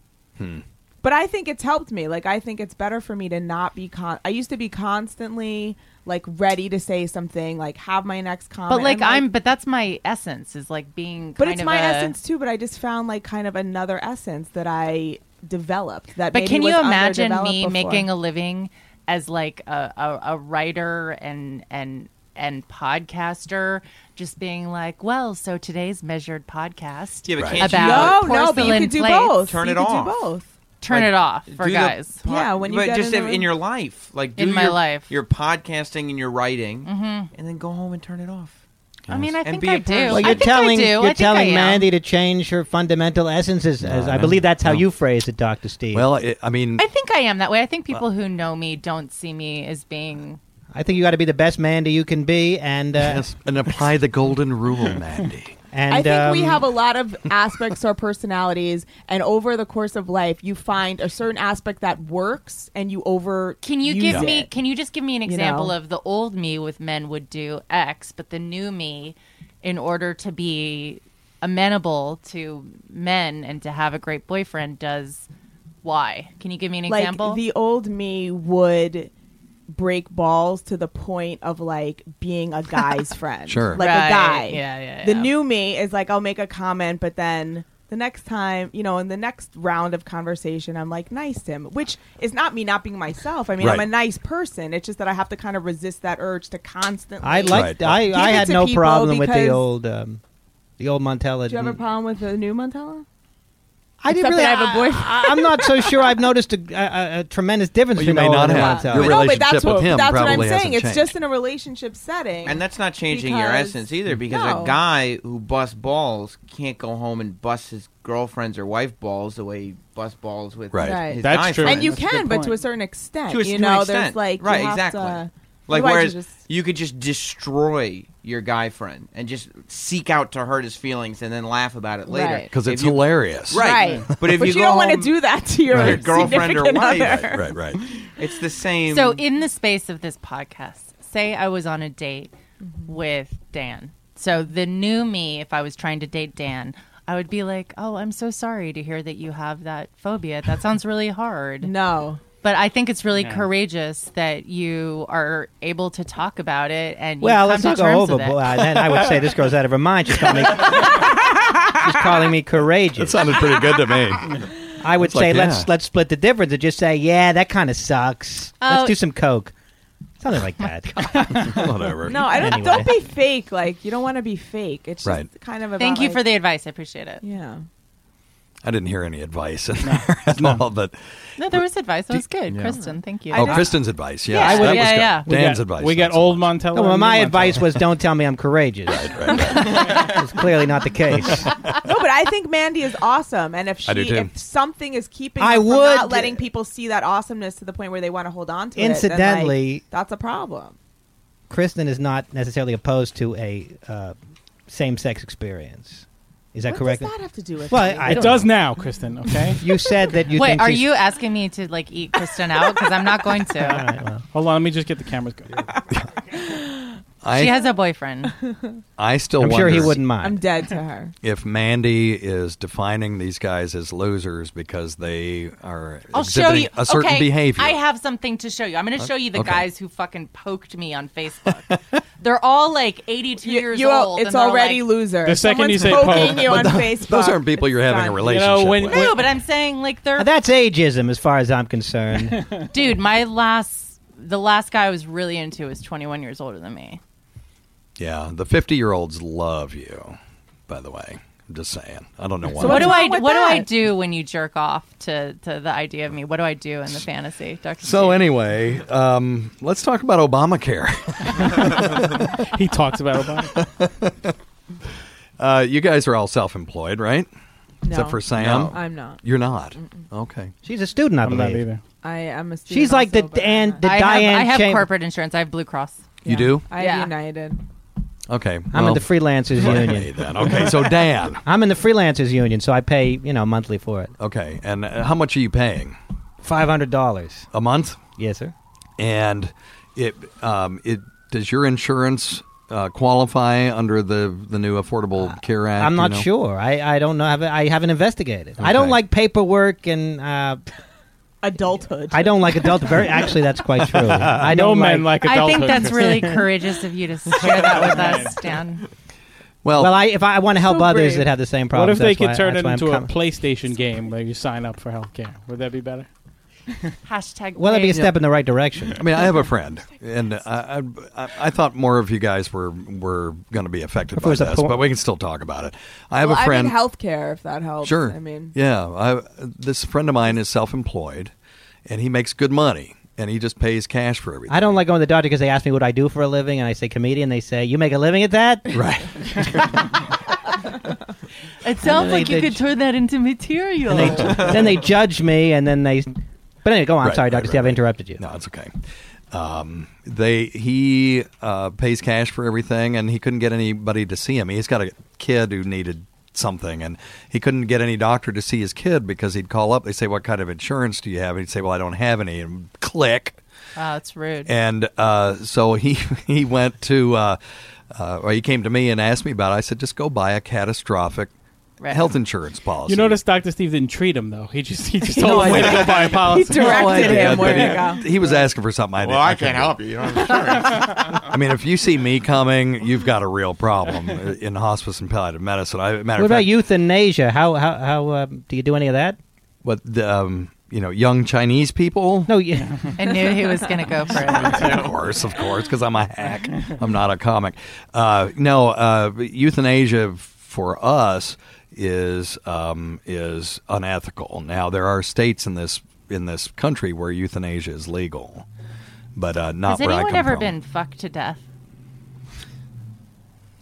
H: but I think it's helped me. Like I think it's better for me to not be con. I used to be constantly like ready to say something, like have my next comment.
C: but like
H: I'm
C: I'm, but that's my essence is like being.
H: Um, But
C: kind
H: it's
C: of
H: my
C: a-
H: essence too. But I just found like kind of another essence that I developed. That
C: But
H: maybe
C: can
H: was
C: you imagine me
H: underdeveloped before.
C: making a living as like a, a, a writer and and and podcaster just being like, well, so today's measured podcast
F: Yeah, but Right. can't you-
C: about
F: No, no, but you
C: porcelain
F: could do
C: plates.
F: both. Turn You it could do off. both.
C: Turn
F: Like,
C: it off for
F: do the
C: guys.
F: po- but just in, in your life, like do
C: In my
F: your-
C: life.
F: your podcasting and your writing,
C: Mhm.
F: and then go home and turn it off.
C: I mean, I
F: And
C: think
F: be
C: I
F: a
C: do.
F: person.
C: I
E: Well, you're
C: think I
E: telling
C: do. I
E: you're
C: think I
E: telling
C: am.
E: Mandy to change her fundamental essences. As I
B: no,
E: believe that's how
B: no.
E: you phrased it, Doctor Steve.
B: Well, I, I mean,
C: I think I am that way. I think people who know me don't see me as being
E: I think you got to be the best Mandy you can be, and uh,
B: and apply the golden rule, Mandy.
E: and
H: I think we
E: um,
H: have a lot of aspects or personalities, and over the course of life, you find a certain aspect that works, and you over.
C: Can you
H: use
C: give
H: it.
C: me? Can you just give me an
H: You
C: example
H: know?
C: of the old me with men would do X, but the new me, in order to be amenable to men and to have a great boyfriend, does Y? Can you give me an
H: like
C: example?
H: the old me would break balls to the point of like being a guy's friend
C: Sure.
H: like
C: Right.
H: a guy
C: Yeah, yeah,
H: the
C: yeah.
H: new me is like i'll make a comment but then the next time you know in the next round of conversation i'm like nice to him which is not me not being myself i mean i'm
E: Right.
H: a nice person it's just that i have to kind of resist that urge to constantly
E: I liked.
H: give
E: I, I
H: it
E: had
H: to
E: no
H: people
E: problem with the
H: because-
E: old um, the old Montella.
H: do you have a
E: didn't-
H: problem with the new montella
E: I didn't
H: Except
E: really
H: that I have a boyfriend
E: I, am not so sure. I've noticed a, a, a tremendous difference
B: Well, you
E: between
B: may
E: the old
B: not
E: and the
B: have.
E: Montella.
B: Your
H: no, but
B: relationship
H: that's
B: with
H: what,
B: him
H: that's what I'm
B: probably hasn't
H: saying. It's
B: changed.
H: just in a relationship setting,
F: And that's not changing your
H: because-
F: essence either, because
H: No.
F: a guy who busts balls can't go home and bust his girlfriend's or wife balls the way he busts balls with his, his guy friends.
H: And you
F: That's a
H: can,
F: good
H: but
F: point.
H: to a certain extent,
F: To a-
H: you
F: to an
H: know,
F: extent.
H: there's like you
F: right,
H: have
F: exactly.
H: to-
F: like
H: otherwise
F: whereas
H: you just-
F: you could just destroy your guy friend and just seek out to hurt his feelings and then laugh about it later
H: Right.
B: 'Cause
F: If
B: it's
F: you-
B: hilarious.
F: right?
B: Right.
F: But if
B: But
F: you,
B: you
F: go
B: don't wanna
F: home-
H: do that to your
F: girlfriend or
H: significant
F: wife,
H: other.
B: Right, right,
F: It's the same.
C: So, in the space of this podcast, say I was on a date with Dan. So, the new me, if I was trying to date Dan, I would be like, oh, I'm so sorry to hear that you have that phobia. That sounds really hard.
H: No.
C: But I think it's really
E: No.
C: courageous that you are able to talk about it and you
E: Well,
C: come
E: let's
C: to
E: not go
C: terms with it.
E: overboard. Uh, then I would say this girl's out of her mind. She's calling me, she's calling me courageous. That
B: sounded pretty good to me.
E: I would
B: It's
E: say
B: like,
E: let's
B: yeah.
E: let's split the difference and just say, yeah, that kind of sucks.
H: Oh.
E: Let's do some coke. Something like that.
B: Whatever.
H: No, I don't.
E: Anyway.
H: Don't be fake. Like you don't want to be fake. It's just
B: Right.
H: kind of. About,
C: Thank you
H: like-
C: for the advice. I appreciate it.
H: Yeah.
B: I didn't hear any advice in there at all, but
C: No, there was advice. That was good. Kristen, thank you.
B: oh, Kristen's advice. Yeah, I would,
C: yeah, yeah.
B: good. Dan's advice.
G: We got old Montella.
E: No, well,
G: and
E: my
G: new
E: advice
G: Montella.
E: was don't tell me I'm courageous. it's clearly not the case.
H: no, but I think Mandy is awesome, and if she,
E: I do too.
H: if something is keeping,
E: I
H: her from not
E: would-
H: letting people see that awesomeness to the point where they want to hold on to it. then, like,
E: Incidentally-
H: that's a problem.
E: Kristen is not necessarily opposed to a uh, same-sex experience. Is that
H: What
E: correct?
H: does that have to do with
E: well,
H: it?
E: I
H: It
E: don't
H: does
E: know.
G: now, Kristen. Okay.
E: You said that you
C: Wait,
E: think
C: are
E: she's-
C: you asking me to like eat Kristen out? Because I'm not going to.
G: Hold on, let me just get the cameras going.
B: I-
C: she has a boyfriend.
B: I still
E: I'm sure he
B: wonder
E: wouldn't mind.
H: I'm dead to her.
B: If Mandy is defining these guys as losers because they are
C: I'll show
B: exhibiting
C: you
B: a certain
C: okay,
B: behavior. Uh,
C: I have something to show you. I'm going to show you the
B: Okay.
C: guys who fucking poked me on Facebook. they're all like 82 years
H: you all-
C: old.
H: it's
C: and they're
H: already
C: like,
H: loser.
B: The second
H: Someone's
B: you say
H: poking
B: poke-
H: you
B: But
H: on
B: tho-
H: Facebook.
B: those aren't people you're having a relationship with.
C: No, but I'm saying like they're
E: That's ageism, as far as I'm concerned.
C: dude. My last, the last guy I was really into was 21 years older than me.
B: yeah, the 50 year olds love you, by the way. I'm just saying. I don't know why.
C: So what do I
H: with
C: what do I
H: that?
C: do when you jerk off to, to the idea of me? What do I do in the fantasy, Doctor?
B: So anyway, um, let's talk about Obamacare.
G: he talks about Obama.
B: Uh, you guys are all self-employed, right?
H: No.
B: Except for Sam.
H: No. I'm not.
B: You're not. Okay.
E: She's a student, I
B: I'm not
E: believe.
B: either.
H: I am a student.
E: She's like the
H: also, but I'm
E: Dan,
H: not.
E: the Diane.
C: I have
E: Cham-
C: corporate insurance. I have Blue Cross.
B: You do?
H: I
C: Yeah.
H: have United.
B: Okay.
E: I'm
B: well-
E: in the freelancers
B: Okay,
E: union.
B: then. Okay, so Dan.
E: I'm in the freelancers union, so I pay you know monthly for it.
B: Okay, and uh, how much are you paying?
E: Five hundred dollars
B: a month.
E: Yes, sir.
B: And it um, it does your insurance uh, qualify under the the new Affordable Care Act?
E: Uh, I'm
B: you
E: not
B: know?
E: sure. I, I don't know. I haven't, I haven't investigated. I don't
B: Okay.
E: like paperwork and uh,
H: adulthood.
E: I don't like adult. Very actually, that's quite true. I
G: No
E: don't
G: men like
C: I think that's really courageous of you to share that with us, Dan.
B: Well,
E: I, if I want to help
G: So
E: others
G: brave.
E: that have the same
G: What
E: problems,
G: if they
E: that's
G: could
E: why-
G: turn
E: that's
G: it
E: why I'm
G: into a
E: com-
G: PlayStation game where you sign up for healthcare? Would that be better?
C: Hashtag.
E: Well, that'd be a
C: paid.
E: step in the right direction.
B: I mean, I have a friend, and I I, I thought more of you guys were were going to be affected
E: If it
B: by
E: was a
B: this,
E: por-
B: but we can still talk about it. I have
H: well,
B: a friend.
H: I'm in healthcare, if that helps.
B: Sure.
H: I mean,
B: yeah. I, this friend of mine is self-employed, and he makes good money, and he just pays cash for everything.
E: I don't like going to the doctor because they ask me what I do for a living, and I say comedian. They say you make a living at that,
B: right?
C: It sounds
E: They-
C: like you
E: they-
C: could turn that into material.
E: And they, then they judge me, and then they. But anyway, go on. I'm
B: Right,
E: sorry,
B: right,
E: Doctor.
B: right,
E: C, I've interrupted you.
B: No, it's okay. Um, they he uh, pays cash for everything, and he couldn't get anybody to see him. He's got a kid who needed something, and he couldn't get any doctor to see his kid because he'd call up. They say, "What kind of insurance do you have?" And he'd say, "Well, I don't have any." And click,
C: Wow, that's rude.
B: and uh, so he he went to uh, uh, or he came to me and asked me about. it. I said, "Just go buy a catastrophic
C: Right.
B: health insurance policy."
G: You notice Dr. Steve didn't treat him, though. He just, he just
B: No,
G: told him
B: I
G: where to go
B: didn't.
G: buy a policy.
B: No, I did, but he, He was asking for something. I
I: Well,
B: didn't-
I: I
B: couldn't
I: can't
B: do.
I: help you. You don't have insurance.
B: I mean, if you see me coming, you've got a real problem in hospice and palliative medicine. I, matter of
E: What about
B: fact,
E: euthanasia? How how how uh, do you do any of that?
B: What the, um, you know, young Chinese people?
E: No, yeah.
C: I knew he was going to go for it.
B: of course, of course, because I'm a hack. I'm not a comic. Uh, no, uh, euthanasia for us is um, is unethical. Now there are states in this in this country where euthanasia is legal, but uh, not
C: Has
B: where I
C: anyone
B: come
C: ever
B: from.
C: been fucked to death?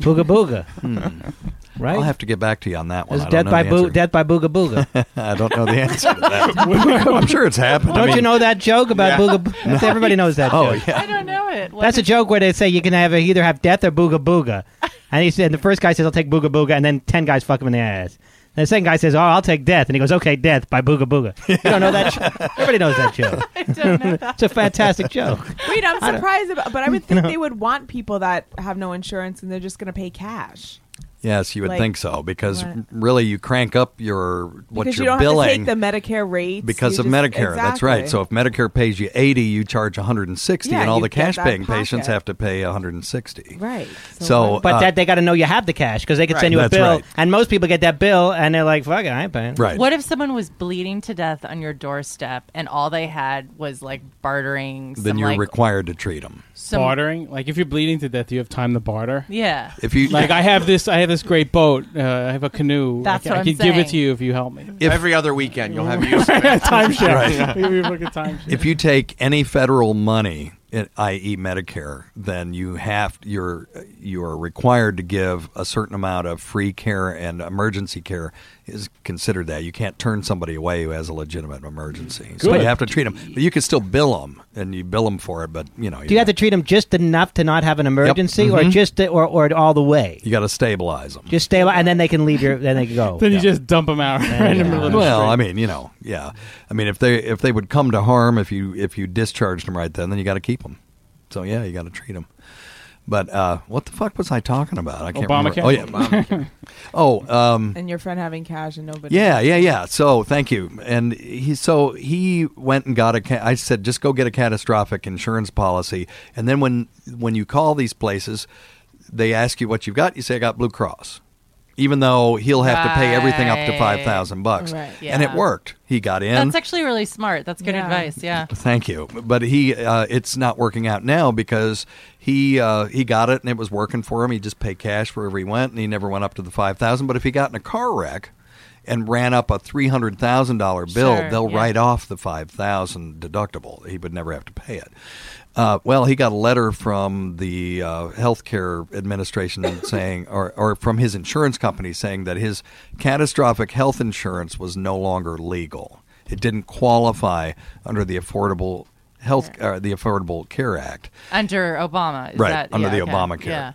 E: Booga booga. Right?
B: I'll have to get back to you on that one.
E: Is
B: Hmm. I
E: death
B: don't know
E: by
B: the
E: boo-
B: answer.
E: death by booga booga.
B: I don't know the answer to that. I'm sure it's happened. I
E: Don't you
B: mean-
E: know that joke about
B: Yeah.
E: booga booga?
B: No.
E: Everybody knows that.
B: Oh,
E: joke.
B: yeah.
C: I don't know it. What
E: That's a
C: is-
E: joke where they say you can have either have death or booga booga. And he said, and the first guy says, I'll take booga booga, and then 10 guys fuck him in the ass. And the second guy says, Oh, I'll take death. And he goes, Okay, death by booga booga. You don't know that joke? Everybody knows that joke.
H: don't know
E: it's a fantastic joke.
H: wait, I'm
E: I don't-
H: surprised about, but I would think
E: No.
H: they would want people that have no insurance and they're just going to pay cash.
B: Yes, you would
H: Like,
B: think so because
H: what?
B: really you crank up your what
H: because
B: you're
H: you don't
B: billing
H: have to take the Medicare rates
B: because
H: you
B: of
H: just-
B: Medicare. That's right.
H: Exactly.
B: So if Medicare pays you 80, you charge 160
E: Yeah,
B: and all
E: you
B: the
E: get
B: cash
E: that
B: paying patients
E: pocket.
B: have to pay 160.
H: Right.
B: So,
E: but
B: uh,
E: that they got to know you have the cash because they could
B: Right.
E: send you a
B: That's
E: bill,
B: right.
E: and most people get that bill and they're like, "Fuck it, I ain't paying."
C: What if someone was bleeding to death on your doorstep and all they had was like bartering? Some,
B: then you're
C: like,
B: required to treat them.
C: some-
G: bartering. Like if you're bleeding to death, you have time to barter.
C: Yeah.
B: If you
G: like, I have this. I have this great boat. Uh, I have a canoe.
C: That's
G: I, ca-
C: what
G: I
C: I'm
G: can give it to
C: saying.
G: you if you help me.
F: Every other weekend, you'll have use.
G: timeshare.
B: Right.
G: We- we book a timeshare.
B: If you take any federal money, i- i.e., Medicare, then you have you're you are required to give a certain amount of free care and emergency care is considered that. You can't turn somebody away who has a legitimate emergency, so
E: Good.
B: you have to treat them. But you can still bill them, and you bill them for it. But you know,
E: Do you have to treat them just enough to not have an emergency, or
B: Mhm.
E: just to, or or all the way?
B: you got to stabilize them.
E: Just stay, li- and then they can leave your. Then they can go.
G: Then you just dump them out right in the middle of the
B: Well,
G: street.
B: I mean, you know, yeah. I mean, if they if they would come to harm if you if you discharged them right then, then you got to keep them. So yeah, you got to treat them. But uh, what the fuck was I talking about? I can't remember.
H: Obamacare?
B: Oh yeah, Obamacare. oh, um,
H: and your friend having cash and nobody.
B: yeah, yeah, yeah. So thank you. And he, so he went and got a. Ca- I said, just go get a catastrophic insurance policy. And then when when you call these places, they ask you what you've got. You say, I got Blue Cross, even though he'll have to pay everything up to
C: Right.
B: five thousand bucks.
C: Right.
B: And
C: Yeah.
B: it worked. He got in.
C: That's actually really smart. That's good advice. Yeah.
B: Thank you, but he uh, it's not working out now because he uh, he got it and it was working for him. He just paid cash wherever he went, and he never went up to the five thousand. But if he got in a car wreck and ran up a three hundred thousand dollar bill,
L: Sure,
B: they'll
L: yeah.
B: write off the five thousand deductible. He would never have to pay it. Uh, well, he got a letter from the uh, healthcare administration saying, or, or from his insurance company saying that his catastrophic health insurance was no longer legal. It didn't qualify under the Affordable Health, uh, the Affordable Care Act,
C: Under Obama. Is
B: Right,
C: That,
B: under
C: yeah,
B: the
C: okay.
B: Obamacare.
C: Yeah.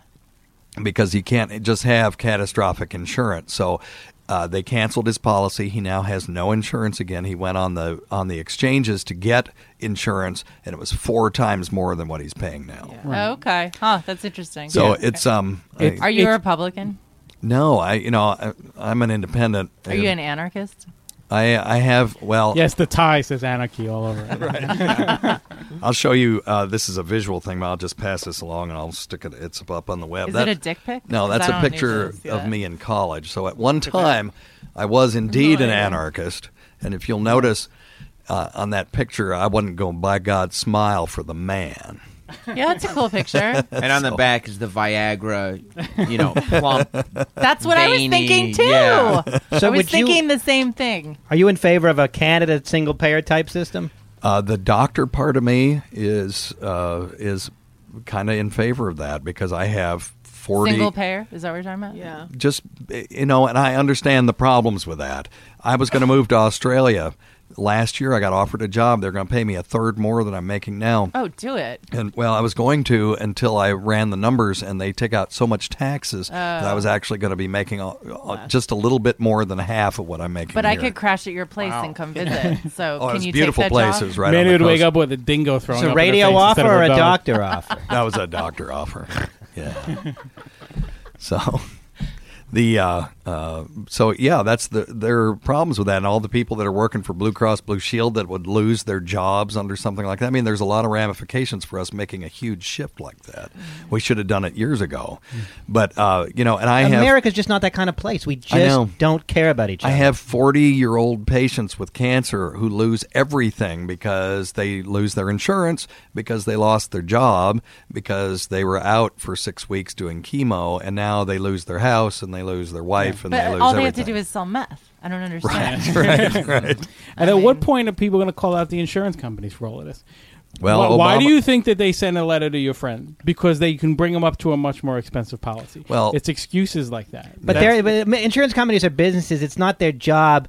B: because you can't just have catastrophic insurance. So uh, they canceled his policy. He now has no insurance again. He went on the on the exchanges to get insurance, and it was four times more than what he's paying now.
C: Oh, okay. Huh. That's interesting.
B: So it's um. I-
C: Are you a Republican?
B: No, I you know I, I'm an independent.
C: Are you an anarchist?
B: I I have well.
G: Yes, the tie says anarchy all over it.
B: I'll show you. Uh, this is a visual thing, but I'll just pass this along and I'll stick it. It's up on the web.
C: Is
B: That-
C: it a dick pic?
B: No,
C: 'Cause
B: that's
C: I
B: a
C: don't usually
B: picture of
C: see that.
B: me in college. So at one time, I was indeed an anarchist, and if you'll notice uh, on that picture, I wasn't going by God smile for the man.
C: Yeah, that's a cool picture.
F: And on the
B: So-
F: back is the Viagra, you know, plump.
C: That's what I was
F: veiny-
C: thinking too.
F: yeah.
C: I
E: So
C: was
E: would you-
C: thinking the same thing.
E: Are you in favor of a Canada single payer type system?
B: Uh, the doctor part of me is uh, is kind of in favor of that because I have forty
C: Single payer? Is that what you're talking about? Yeah.
B: just you know and i understand the problems with that i was going to move to australia last year i got offered a job they're going to pay me a third more than i'm making now
C: Oh, do it.
B: and well i was going to until i ran the numbers and they take out so much taxes that i was
C: Oh.
B: actually going to be making uh, uh, just a little bit more than half of what i'm making
C: But I
B: here.
C: could crash at your place and come visit. So
B: Oh,
C: can
B: it's
C: you
B: beautiful
C: take that job?
B: places right
G: Manny
B: on the
G: would wake
B: coast.
G: up with a dingo throwing
E: It's a
G: up in her
E: radio
G: face
E: offer
G: instead of her
E: or a
G: belly.
E: doctor offer?
B: that was a doctor offer. Yeah. So the uh, uh, so yeah, that's the there are problems with that, and all the people that are working for Blue Cross Blue Shield that would lose their jobs under something like that. I mean, there's a lot of ramifications for us making a huge shift like that. We should have done it years ago,
G: Mm.
B: but uh, you know, and I have
E: America's just not that kind of place. We
B: I know.
E: just don't care about each
B: I
E: other.
B: have 40 year old patients with cancer who lose everything because they lose their insurance, because they lost their job, because they were out for six weeks doing chemo, and now they lose their house and they lose their wife and they
C: But
B: lose
C: all they
B: everything.
C: have to do is sell meth. I don't understand.
B: Right, right.
G: And at what point are people going to call out the insurance companies for all of this?
B: Well,
G: why, why do
B: Obama-
G: you think that they send a letter to your friend because they can bring them up to a much more expensive policy?
B: Well-
G: it's excuses like that.
E: But
G: That's-
E: they're but insurance companies are businesses. It's not their job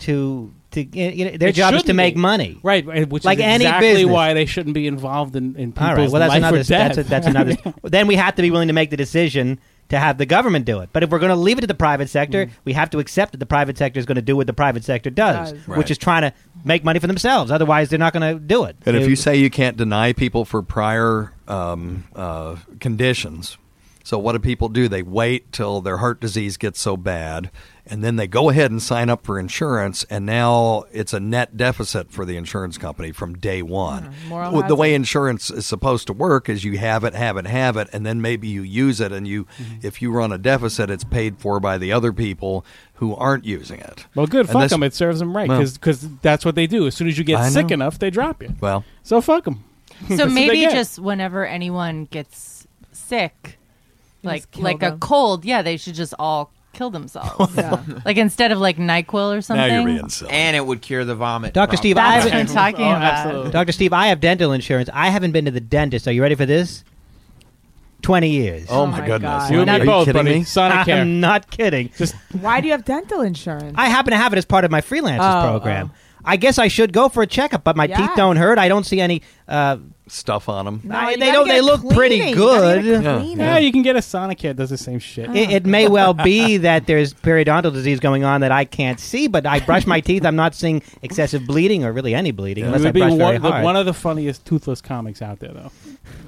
E: to to you know, their
G: It
E: job is to
G: shouldn't
E: make
G: be.
E: money,
G: right? Which
E: like
G: is
E: any
G: exactly
E: business.
G: why they shouldn't be involved in, in people's
E: All right. Well, that's
G: life
E: another.
G: or death.
E: That's, a, that's another. then we have to be willing to make the decision to have the government do it. But if we're going to leave it to the private sector, we have to accept that the private sector is going to do what the private sector does,
B: Does. Right.
E: which is trying to make money for themselves. Otherwise, they're not going to do it.
B: And if
E: They-
B: you say you can't deny people for prior um, uh, conditions, so what do people do? They wait till their heart disease gets so bad, and then they go ahead and sign up for insurance, and now it's a net deficit for the insurance company from day
G: Mm-hmm.
B: one.
L: moral
B: Well, the
L: hazard.
B: way insurance is supposed to work is you have it, have it, have it, and then maybe you use it, and you,
G: Mm-hmm.
B: if you run a deficit, it's paid for by the other people who aren't using it.
G: well, good.
B: And
G: Fuck
B: this-
G: them. It serves them right
B: Well-
G: because that's what they do. As soon as you get
B: I
G: sick
B: know.
G: enough, they drop you.
B: Well,
G: So fuck them.
C: so maybe just whenever anyone gets sick, like
H: kill
C: like a
H: them.
C: cold, yeah, they should just all kill themselves. Like instead of like Nyquil or something.
F: And it would cure the vomit.
E: Dr. Steve, I Oh,
C: That's
E: have
C: what I'm talking
B: Oh,
C: about.
E: Dr. Steve, I have dental insurance. I haven't been to the dentist. Are you ready for this? 20 years.
B: Oh, my goodness.
G: You and me
E: Are
G: both, buddy. Sonic care.
E: I'm not kidding.
H: Why do you have dental insurance?
E: I happen to have it as part of my freelancers
H: Oh,
E: program. I guess I should go for a checkup, but my
H: Yeah.
E: teeth don't hurt. I don't see any. Uh,
B: stuff on them.
E: I-
H: you
E: they
H: gotta
E: don't.
H: get
E: They
H: a
E: look
H: cleaning.
E: pretty
H: You gotta
E: good.
H: get a
G: Yeah, you can get a Sonicare. Does the same shit.
E: It, it may well be that there's periodontal disease going on that I can't see, but I brush my teeth. I'm not seeing excessive bleeding or really any bleeding
G: You
E: unless I
G: would be
E: brush very
G: one, the-
E: hard.
G: one of the funniest toothless comics out there, though.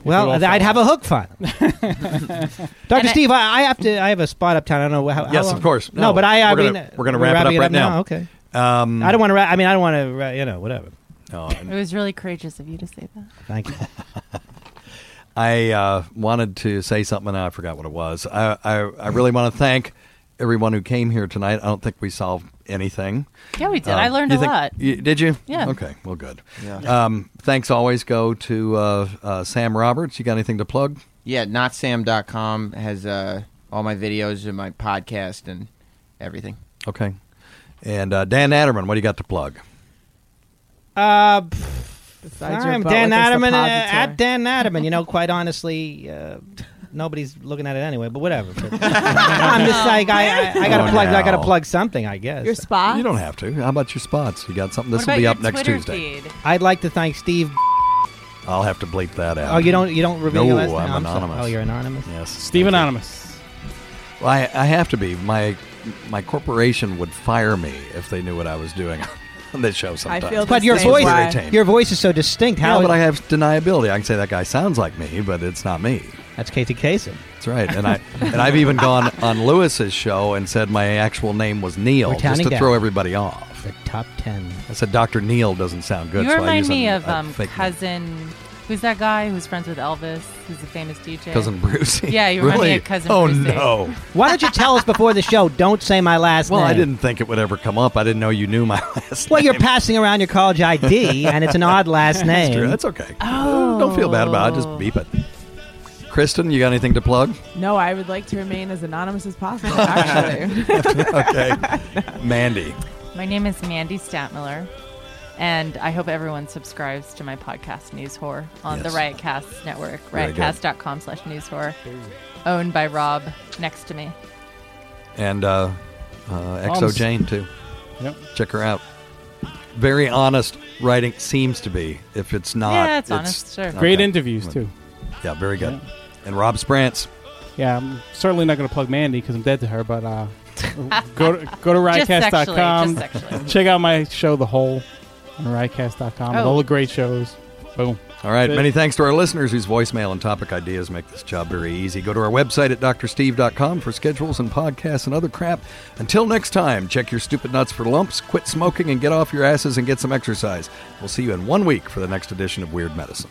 E: Well,
G: all
E: I'd have a hook fund. Doctor
G: I-
E: Steve, I, I have to. I have a spot uptown. I don't know how. how
B: yes,
E: long-
B: of course.
E: No, but I. I
B: we're
E: mean,
B: gonna, we're gonna wrap it up
E: wrapping
B: right now.
E: Okay.
B: Um,
E: I don't want to. Ra- I mean, I don't want to. Ra- you know, whatever.
B: No,
C: It was really courageous of you to say that.
E: Thank you.
B: I uh, wanted to say something, and I forgot what it was. I, I, I really want to thank everyone who came here tonight. I don't think we solved anything. Um,
C: Yeah, we did. I learned
B: you
C: a
B: think-
C: lot.
B: you- did you?
C: Yeah.
B: Okay, well, good.
F: Yeah.
B: Um, thanks always go to uh, uh, Sam Roberts. You got anything to plug?
F: Yeah, notsam.com has uh, all my videos and my podcast and everything.
B: Okay. And uh, Dan Natterman, what do you got to plug?
E: Uh,
H: Besides your
E: I'm
H: butt
E: Dan
H: like a
E: Natterman uh,
H: suppository.
E: at Dan Natterman. You know, quite honestly, uh, nobody's looking at it anyway. But whatever. But I'm just like I, I, I gotta
B: Oh,
E: plug. I gotta
B: now.
E: plug something. I guess
H: Your spots?
B: You don't have to. How about your spots? You got something? This
E: What
B: will
E: about
B: be
E: your
B: up next
E: Twitter
B: Tuesday.
E: feed? I'd like to thank Steve.
B: I'll have to bleep that out.
E: Oh, you don't. You don't reveal your
B: No,
E: last name?
B: I'm
E: sorry.
B: anonymous.
E: Oh, you're anonymous.
B: Yes.
G: Steve Anonymous.
B: Well, I, I have to be. My my corporation would fire me if they knew what I was doing on this show. Sometimes,
H: feel the
E: But your
H: same
E: voice,
H: way.
E: your voice is so distinct. How?
B: yeah, but I have deniability. I can say that guy sounds like me, but it's not me.
E: That's Casey Kasem.
B: That's right. And I and I've even gone on Lewis's show and said my actual name was Neil
E: We're
B: just
E: counting
B: to
E: down.
B: throw everybody off.
E: The top ten.
B: I said Doctor Neil doesn't sound good.
C: you
B: so I
C: remind
B: use
C: me
B: an-
C: of
B: a
C: um,
B: fake name.
C: cousin. Who's that guy who's friends with Elvis? Who's a famous DJ?
B: cousin Brucey.
C: Yeah, you remind
B: really?
C: me of cousin.
B: Oh
C: Brucey.
B: no.
E: Why don't you tell us before the show? Don't say my last
B: Well,
E: name.
B: I didn't think it would ever come up. I didn't know you knew my last
E: Well,
B: name.
E: you're passing around your college ID, and it's an odd last name.
B: That's true. That's okay. Don't feel bad about it. Just beep it. Kristen, you got anything to plug?
H: No, I would like to remain as anonymous as possible. Actually,
B: okay. Mandy.
C: My name is Mandy Statmiller, and I hope everyone subscribes to my podcast, News Whore, on the
L: Yes.
C: Riotcast Network,
B: Very good.
C: riotcast.com slash news whore, owned by Rob next to me.
B: And uh, uh, Exo
C: Mom's-
B: Jane, too.
G: Yep.
B: Check her out. Very honest writing seems to be. If it's not,
C: Yeah, it's honest, sure.
G: Great interviews, too.
B: Yeah, very good. And Rob Sprance.
G: Yeah, um, I'm certainly not going to plug Mandy because I'm dead to her, but uh, go to, go to
C: Just sexually,
G: riotcast.com.
C: just sexually.
G: Check out my show, The Hole, on riotcast.com. With
C: Oh.
G: all the great shows. Boom.
B: All right.
G: That's it.
B: Many thanks to our listeners whose voicemail and topic ideas make this job very easy. Go to our website at drsteve.com for schedules and podcasts and other crap. Until next time, check your stupid nuts for lumps, quit smoking, and get off your asses and get some exercise. We'll see you in one week for the next edition of Weird Medicine.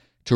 K: to